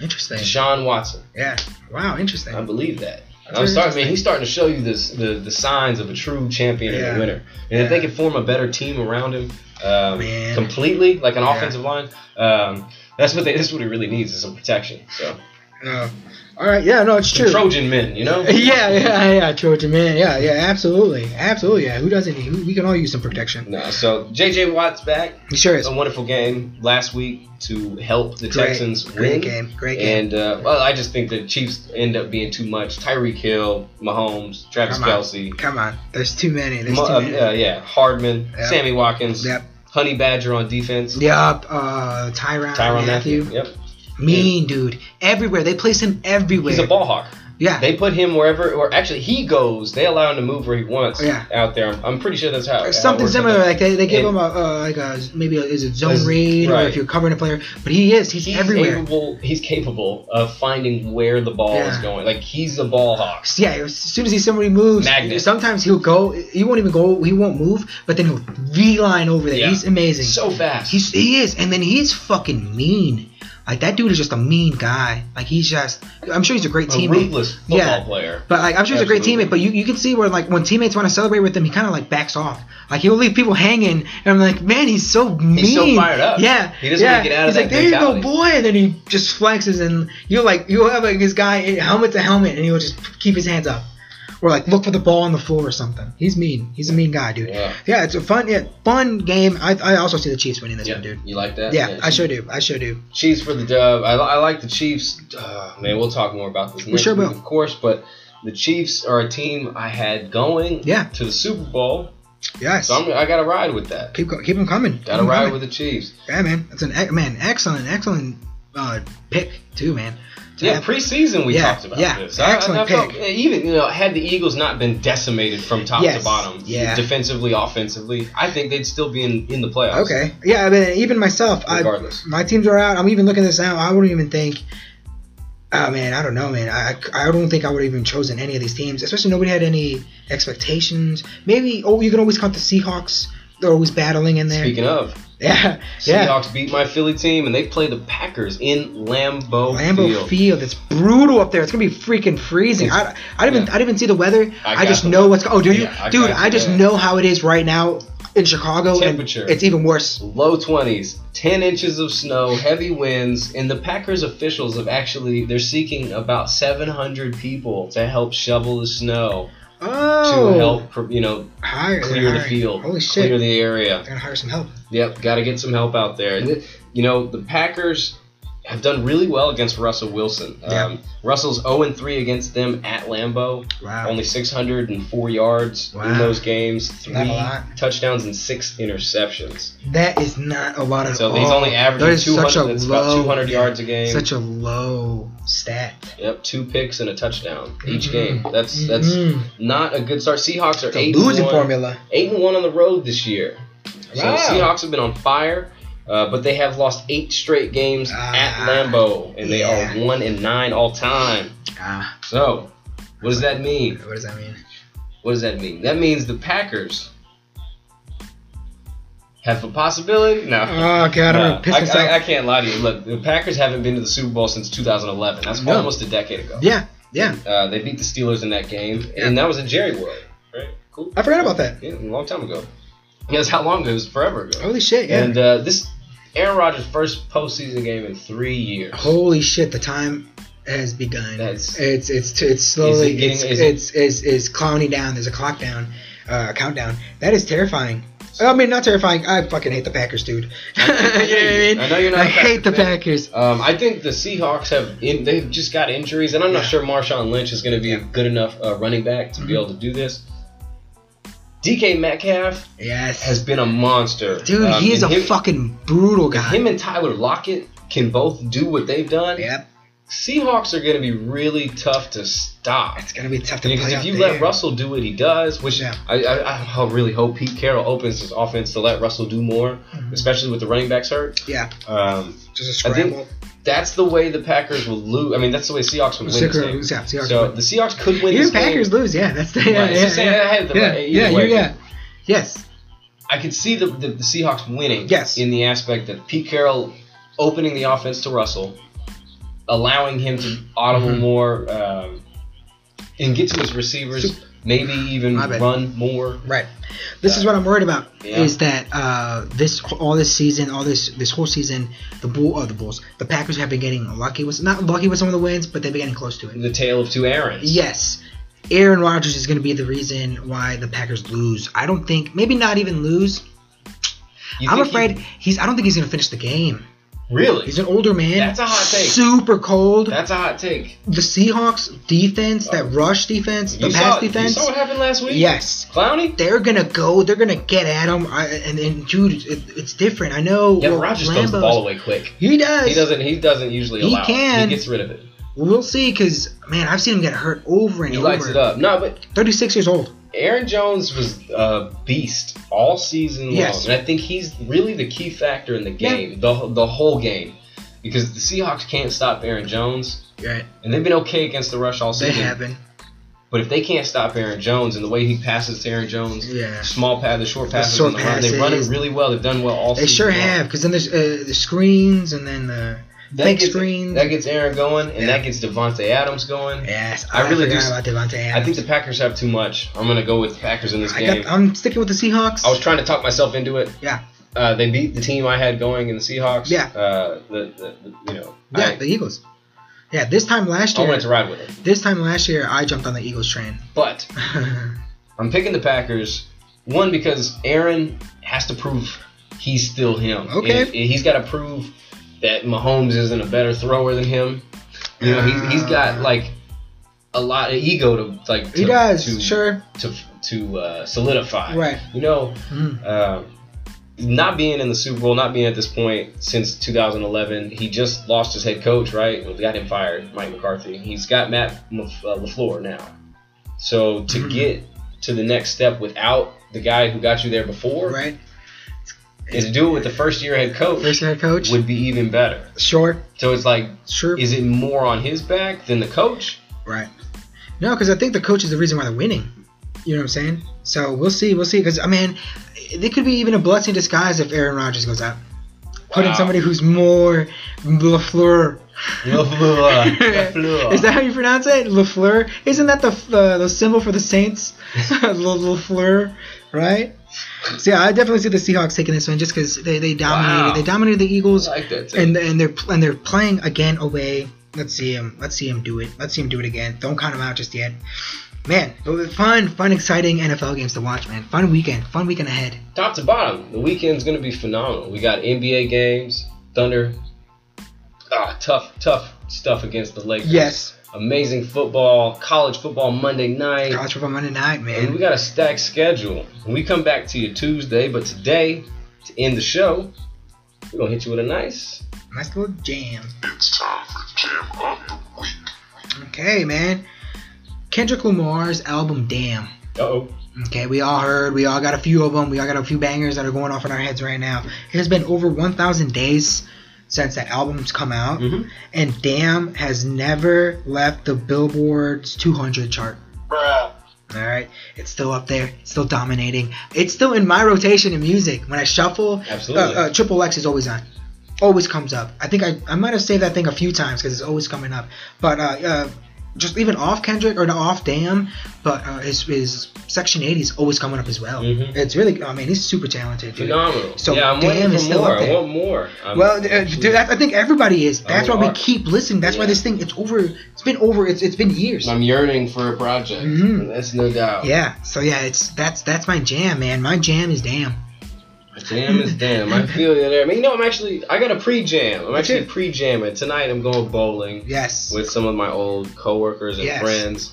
C: interesting.
A: Deshaun Watson.
C: Yeah. Wow, interesting.
A: I believe that. And I'm
C: That's very
A: starting, man.
C: interesting.
A: He's starting to show you this, the the signs of a true champion and
C: Yeah.
A: a winner. And if
C: Yeah.
A: they can form a better team around him, um,
C: Man.
A: completely like an
C: Yeah.
A: offensive line, um, that's what they, that's what he really needs is some protection. So
C: Oh. all right. Yeah. No, it's
A: some
C: true.
A: Trojan men, you know.
C: [LAUGHS] yeah, yeah, yeah, Trojan man. Yeah, yeah, absolutely, absolutely. Yeah, who doesn't? need- We can all use some protection.
A: No, so JJ Watt's back.
C: He sure is.
A: A wonderful game last week to help the
C: Great,
A: Texans win.
C: great game, great game.
A: And uh, well, I just think the Chiefs end up being too much. Tyreek Hill, Mahomes, Travis
C: Come on.
A: Kelsey,
C: Come on, there's too many. There's
A: Mo-
C: too
A: uh,
C: many.
A: uh, yeah, Hardman,
C: Yep.
A: Sammy Watkins,
C: Yep.
A: Honey Badger on defense,
C: Yup, uh, Tyron,
A: Tyron
C: Matthew.
A: Matthew. Yep,
C: Mean dude, everywhere they place him everywhere.
A: he's a ball hawk.
C: Yeah,
A: They put him wherever, or actually he goes. They allow him to move where he wants
C: Oh, Yeah.
A: out there. I'm, I'm pretty sure that's how. how it
C: something
A: works.
C: similar. Like they, they give
A: And-
C: him a uh, like a maybe a, is it zone
A: Is-
C: read or
A: right.
C: if you're covering a player, but he is he's,
A: He's
C: everywhere.
A: capable. He's capable of finding where the ball is
C: Yeah.
A: going. Like he's a ball hawk.
C: Yeah, as soon as he somebody moves,
A: Magnet.
C: sometimes he'll go. He won't even go. He won't move, but then he'll beeline over there.
A: Yeah.
C: He's amazing.
A: So fast.
C: He's he is, and then he's fucking mean. Like that dude is just a mean guy. Like he's just. I'm sure he's a great
A: a
C: teammate.
A: ruthless football
C: Yeah.
A: player.
C: But like I'm sure he's a
A: Absolutely.
C: great teammate. But you, you can see where like when teammates want to celebrate with him, he kind of like backs off. Like he'll leave people hanging, and I'm like, man, he's so mean.
A: so fired up.
C: Yeah.
A: He doesn't
C: yeah.
A: wanna get out of
C: he's
A: that
C: like, there you go,
A: mentality."
C: boy, and then he just flexes, and you're like, you'll have like his guy in helmet to helmet, and he'll just keep his hands up. Or like look for the ball on the floor or something. He's mean. He's a mean guy, dude.
A: Yeah.
C: it's a fun, yeah, fun game. I, I also see the Chiefs winning this
A: yeah,
C: one, dude.
A: You like that?
C: Yeah, I sure do. I sure do.
A: Chiefs for the dub. I, I like the Chiefs. Uh, man, we'll talk more about this. We next
C: sure
A: week,
C: will.
A: of course. But The Chiefs are a team I had going
C: Yeah.
A: to the Super Bowl,
C: Yes.
A: so I'm, I got to ride with that.
C: keep go- keep them coming.
A: Got to
C: Keep 'em
A: ride
C: coming.
A: with the Chiefs.
C: Yeah, man. That's an ec- man excellent excellent uh, pick too, man. To
A: Yeah,
C: have-
A: preseason we
C: Yeah,
A: talked about
C: yeah,
A: this. I- I- I
C: excellent
A: felt- eh,
C: pick.
A: even you know, had the Eagles not been decimated from top
C: Yes,
A: to bottom,
C: yeah.
A: defensively, offensively, I think they'd still be in, in the playoffs.
C: Okay. Yeah, I mean, even myself, I,
A: Regardless.
C: my teams are out. I'm even looking this out. I wouldn't even think. Oh man, I don't know, man. I, I don't think I would have even chosen any of these teams, especially nobody had any expectations. Maybe oh, you can always count the Seahawks. They're always battling in there.
A: Speaking of,
C: [LAUGHS] yeah, yeah.
A: Seahawks beat my Philly team, and they play the Packers in Lambeau,
C: Lambeau Field.
A: Field.
C: it's brutal up there. It's gonna be freaking freezing. I, I didn't, even,
A: Yeah.
C: I didn't even see the weather.
A: I
C: I,
A: got
C: just
A: the
C: know
A: weather.
C: what's. go- Oh, do you,
A: Yeah, I
C: dude?
A: got
C: I
A: the
C: just
A: weather.
C: know how it is right now in Chicago. and
A: Temperature.
C: it's even worse.
A: Low 20s, 10 inches of snow, heavy winds, and the Packers officials have actually they're seeking about 700 people to help shovel the snow
C: Oh,
A: to help pr- you know
C: Hire-
A: clear the
C: hire-
A: field,
C: Holy shit!
A: clear the area.
C: They're gonna hire some help.
A: Yep, got to get some help out there. And, you know, the Packers have done really well against Russell Wilson.
C: Yeah.
A: Um, Russell's 0 3 against them at Lambeau.
C: Wow.
A: Only 604 yards
C: Wow.
A: in those games,
C: Not a
A: three
C: lot.
A: touchdowns, and six interceptions.
C: that is not a lot at
A: So
C: all.
A: he's only
C: That
A: averaging
C: is
A: 200,
C: such a
A: that's
C: low,
A: about 200 yards a game.
C: Such a low stat.
A: Yep, two picks and a touchdown each
C: Mhm.
A: game. That's that's
C: Mhm.
A: not a good start. Seahawks are
C: It's a
A: eight
C: losing
A: and one.
C: formula.
A: eight and one on the road this year. So
C: Wow.
A: Seahawks have been on fire, uh, but they have lost eight straight games at
C: Ah,
A: Lambeau, and they
C: yeah.
A: are one and nine all time.
C: Ah,
A: So, what does that mean?
C: what does that mean?
A: What does that mean? That means the Packers have a possibility. No.
C: Oh god, I'm
A: No,
C: gonna piss
A: I,
C: myself.
A: I, I can't lie to you. Look, the Packers haven't been to the Super Bowl since 2011. That's
C: No.
A: almost a decade ago.
C: yeah, yeah.
A: Uh, they beat the Steelers in that game,
C: Yeah.
A: and that was in Jerry World. Right? Cool.
C: I forgot about that.
A: Yeah, a long time ago. Yeah, that's how long ago? It was forever ago.
C: Holy shit, yeah.
A: And uh, this Aaron Rodgers' first postseason game in three years.
C: Holy shit, the time has begun.
A: That's-
C: it's it's t- it's slowly
A: getting-
C: it's,
A: is it-
C: it's, it's it's clowning down. There's a clock down, uh, countdown. That is terrifying. I mean, not terrifying. I fucking hate the Packers, dude. you know what [LAUGHS] I mean?
A: I know you're not
C: I
A: a
C: hate the
A: Packer fan.
C: Packers.
A: Um, I think the Seahawks have in, they've just got injuries, and I'm not
C: Yeah. Mm-hmm.
A: sure Marshawn Lynch is going to be a good enough uh, running back to be able to do this. DK Metcalf
C: Yes,
A: has been a monster,
C: dude.
A: Um,
C: he is a
A: and him,
C: fucking brutal guy.
A: Him and Tyler Lockett can both do what they've done.
C: yep,
A: Seahawks are going to be really tough to stop.
C: it's gonna be tough to
A: Because
C: play
A: if
C: out
A: you
C: there.
A: let Russell do what he does, which
C: Yeah.
A: I, I, I really hope Pete Carroll opens his offense to let Russell do more,
C: Mm-hmm.
A: especially with the running backs hurt.
C: yeah,
A: Um,
C: just a
A: I think-
C: scramble.
A: that's the way the Packers will lose. I mean, that's the way Seahawks would win this
C: Seahawks
A: game.
C: lose, yeah, Seahawks
A: so
C: win.
A: the Seahawks could win
C: Even
A: this
C: Packers
A: game.
C: lose, yeah. That's the yeah,
A: Right, it's
C: yeah,
A: just saying
C: yeah.
A: I had the
C: yeah,
A: right- either
C: yeah,
A: way.
C: you- yeah. Yes,
A: I could see the, the, the Seahawks winning
C: Yes.
A: in the aspect that Pete Carroll opening the offense to Russell, allowing him to audible
C: Mm-hmm.
A: more um, and get to his receivers, maybe even
C: My bad.
A: run more.
C: Right. This is what I'm worried about.
A: Yeah.
C: Is that uh, this all this season, all this this whole season, the bull, uh, the Bulls, the Packers have been getting lucky with not lucky with some of the wins, but they've been getting close to it.
A: The tale of two Aarons.
C: Yes, Aaron Rodgers is going to be the reason why the Packers lose. I don't think, maybe not even lose.
A: You
C: I'm
A: think he-
C: afraid he's. I don't think he's going to finish the game.
A: really?
C: He's an older man.
A: That's a hot take.
C: Super cold.
A: That's a hot take.
C: the Seahawks defense, that rush defense,
A: Oh.
C: the
A: you
C: pass
A: saw,
C: defense.
A: You saw what happened last week?
C: yes.
A: Clowney?
C: they're gonna go. They're gonna get at him. I, and, and dude, it, it's different. I know.
A: Yeah,
C: well,
A: Rodgers throws the
C: Lambeau's-
A: ball away quick.
C: He does.
A: He doesn't he doesn't usually
C: He
A: allow it.
C: can.
A: He gets rid of it.
C: We'll see, because man, I've seen him get hurt over and
A: He
C: over.
A: lights it up. No, but
C: Thirty-six years old.
A: Aaron Jones was a beast all season
C: Yes.
A: long, and I think he's really the key factor in the game, the the whole game, because the Seahawks can't stop Aaron Jones,
C: Right.
A: and they've been okay against the rush all
C: They
A: season.
C: haven't.
A: But if they can't stop Aaron Jones and the way he passes to Aaron Jones,
C: Yeah.
A: small pass, the short passes,
C: short
A: on the run, they run it
C: passes.
A: really well. They've done well all
C: They
A: season.
C: sure
A: long.
C: have, because then there's uh, the screens and then the
A: That
C: fake
A: gets,
C: screens.
A: That gets Aaron going, and
C: Yeah.
A: that gets Devonte Adams going.
C: yes,
A: I
C: I,
A: really
C: really forgot
A: do-
C: about Devontae
A: I think
C: Adams.
A: the Packers have too much. I'm gonna go with the Packers in this
C: I
A: game.
C: got, I'm sticking with the Seahawks.
A: I was trying to talk myself into it.
C: yeah,
A: Uh, they beat the team I had going in the Seahawks.
C: Yeah.
A: Uh, the, the, the- you know.
C: yeah,
A: I,
C: the Eagles. Yeah, this time last
A: I
C: year.
A: wanted to ride with it,
C: This time last year, I jumped on the Eagles train. [LAUGHS]
A: but I'm picking the Packers. One because Aaron has to prove he's still him.
C: Okay.
A: And- and he's got to prove that Mahomes isn't a better thrower than him. You know, he's, he's got like a lot of ego to like. To,
C: Ah. He does,
A: to,
C: sure.
A: To to uh, solidify.
C: Right.
A: You know,
C: Mm.
A: um, not being in the Super Bowl, not being at this point since 2011, he just lost his head coach, right? We got him fired, Mike McCarthy. He's got Matt Laf- uh, Lafleur now. So to
C: Mhm.
A: get to the next step without the guy who got you there before,
C: Right?
A: and to do it with the first year head coach
C: First head coach,
A: would be even better.
C: short,
A: So it's like,
C: sure.
A: is it more on his back than the
C: [LAUGHS]
A: coach?
C: Right. No, because I think the coach is the reason why they're winning. You know what I'm saying? So we'll see. We'll see. Because I mean, it could be even a blessing in disguise if Aaron Rodgers goes out. Putting
A: Wow.
C: somebody who's more Lafleur.
A: Lafleur, [LAUGHS] Lafleur.
C: [LAUGHS] Is that how you pronounce it? Lafleur. Isn't that the uh, the symbol for
A: [LAUGHS]
C: the Saints? [LAUGHS] L- Lafleur, right? So yeah, I definitely see the Seahawks taking this one just because they, they dominated.
A: Wow.
C: They dominated the
A: I
C: Eagles
A: like that. too.
C: and and they're and they're playing again away. Let's see him. Let's see him do it. Let's see him do it again. Don't count him out just yet. Man, it was fun, fun, exciting NFL games to watch, man. Fun weekend, fun weekend ahead.
A: top to bottom, the weekend's gonna be phenomenal. We got NBA games, Thunder. Ah, tough, tough stuff against the Lakers.
C: Yes,
A: Amazing football, college football Monday night.
C: college football Monday night,
A: And we
C: man.
A: got a stacked schedule. When we come back to you Tuesday, but today, to end the show, we're gonna hit you with a nice
C: Nice little jam.
B: It's time for Jam of the Week.
C: Okay, man. Kendrick Lamar's album, Damn.
A: uh oh.
C: Okay, we all heard. We all got a few of them. We all got a few bangers that are going off in our heads right now. It has been over 1,000 days since that album's come out,
A: Mhm.
C: and Damn has never left the Billboard's 200 chart.
B: Bruh.
C: All right, it's still up there, it's still dominating. It's still in my rotation in music. When I shuffle,
A: Absolutely.
C: uh, uh, Triple X is always on, always comes up. I think I, I might have saved that thing a few times because it's always coming up. But uh, uh, just even off Kendrick or not off Damn, but uh, his, his Section 80 is always coming up as well.
A: Mhm.
C: It's really, I mean, he's super talented, dude.
A: Phenomenal.
C: So
A: yeah, I'm
C: damn,
A: waiting
C: it's
A: for
C: still
A: more.
C: up
A: I
C: there.
A: want more. I'm
C: Well, uh,
A: actually-
C: dude, I I think everybody is. That's
A: Oh,
C: why we
A: are.
C: keep listening. That's why
A: Yeah.
C: this thing, it's over. It's been over. It's it's been years.
A: I'm yearning for a project.
C: Mhm.
A: That's no doubt.
C: Yeah. So yeah, it's that's that's my jam, man. My jam is damn.
A: Jam is damn. I feel you there. I mean, you know, I'm actually, I got a pre jam. I'm actually
C: too.
A: pre jamming. Tonight I'm going bowling
C: Yes.
A: with some of my old coworkers and
C: Yes.
A: friends,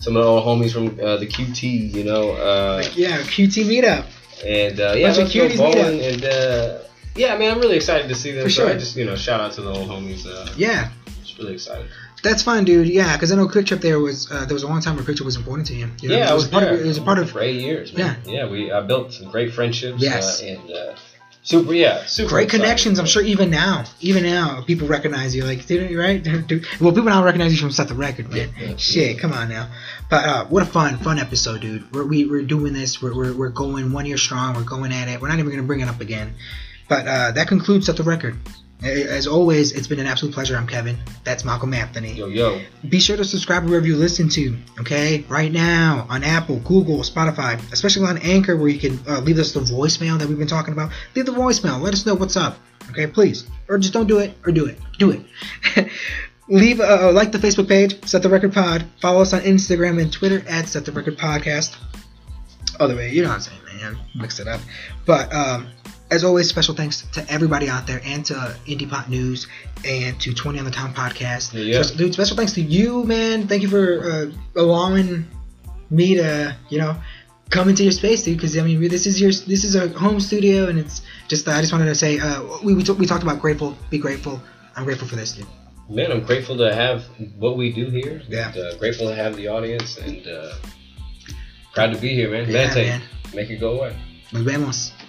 A: some of the old homies from uh, the QT, you know. Uh,
C: Like, yeah, QT meetup.
A: and uh, yeah,
C: Bunch of
A: let's go
C: cuties
A: bowling. And uh, yeah, man, I'm really excited to see them.
C: For
A: so I
C: sure.
A: just, you know, shout out to the old homies. Uh,
C: Yeah,
A: just really excited.
C: that's fun, dude. Yeah, because I know Quick Trip there was uh, there was a long time where Quick Trip was important to him. You know,
A: yeah,
C: it
A: I
C: was,
A: was
C: part
A: there.
C: Of, it was a part of
A: for eight years. Man. Yeah, yeah. We I built some great friendships.
C: Yes.
A: uh, and uh, super. Yeah, super.
C: great
A: excited.
C: connections. I'm sure even now, even now, people recognize you. Like, didn't you right? [LAUGHS] Dude, well, people now recognize you from Set the Record, man.
A: Yeah.
C: Shit, come on now. But uh, what a fun, fun episode, dude. We're we, we're doing this. We're, we're we're going one year strong. We're going at it. We're not even gonna bring it up again. But uh, that concludes Set the Record. A- As always, it's been an absolute pleasure. I'm Kevin. That's Malcolm Anthony.
A: Yo, yo.
C: Be sure to subscribe wherever you listen to, okay? Right now on Apple, Google, Spotify, especially on Anchor, where you can uh, leave us the voicemail that we've been talking about. Leave the voicemail. Let us know what's up, okay? Please. Or just don't do it, or do it. Do it. leave, uh, like the Facebook page, Set the Record Pod. Follow us on Instagram and Twitter at Set the Record Podcast. Other way, you know what I'm saying, man. Mix it up. But, um, as always, special thanks to everybody out there and to Indie Pop News and to 20 on the Town podcast.
A: Yeah.
C: Special- dude, special thanks to you, man. Thank you for uh, allowing me to, you know, come into your space, dude. Because I mean, this is your this is a home studio, and it's just I just wanted to say uh, we we, t- we talked about grateful, be grateful. I'm grateful for this, dude.
A: Man, I'm grateful to have what we do here.
C: Yeah.
A: And, uh, grateful to have the audience and uh, proud to be here, man.
C: Yeah,
A: Meditate.
C: man.
A: Make it go away.
C: Nos vemos.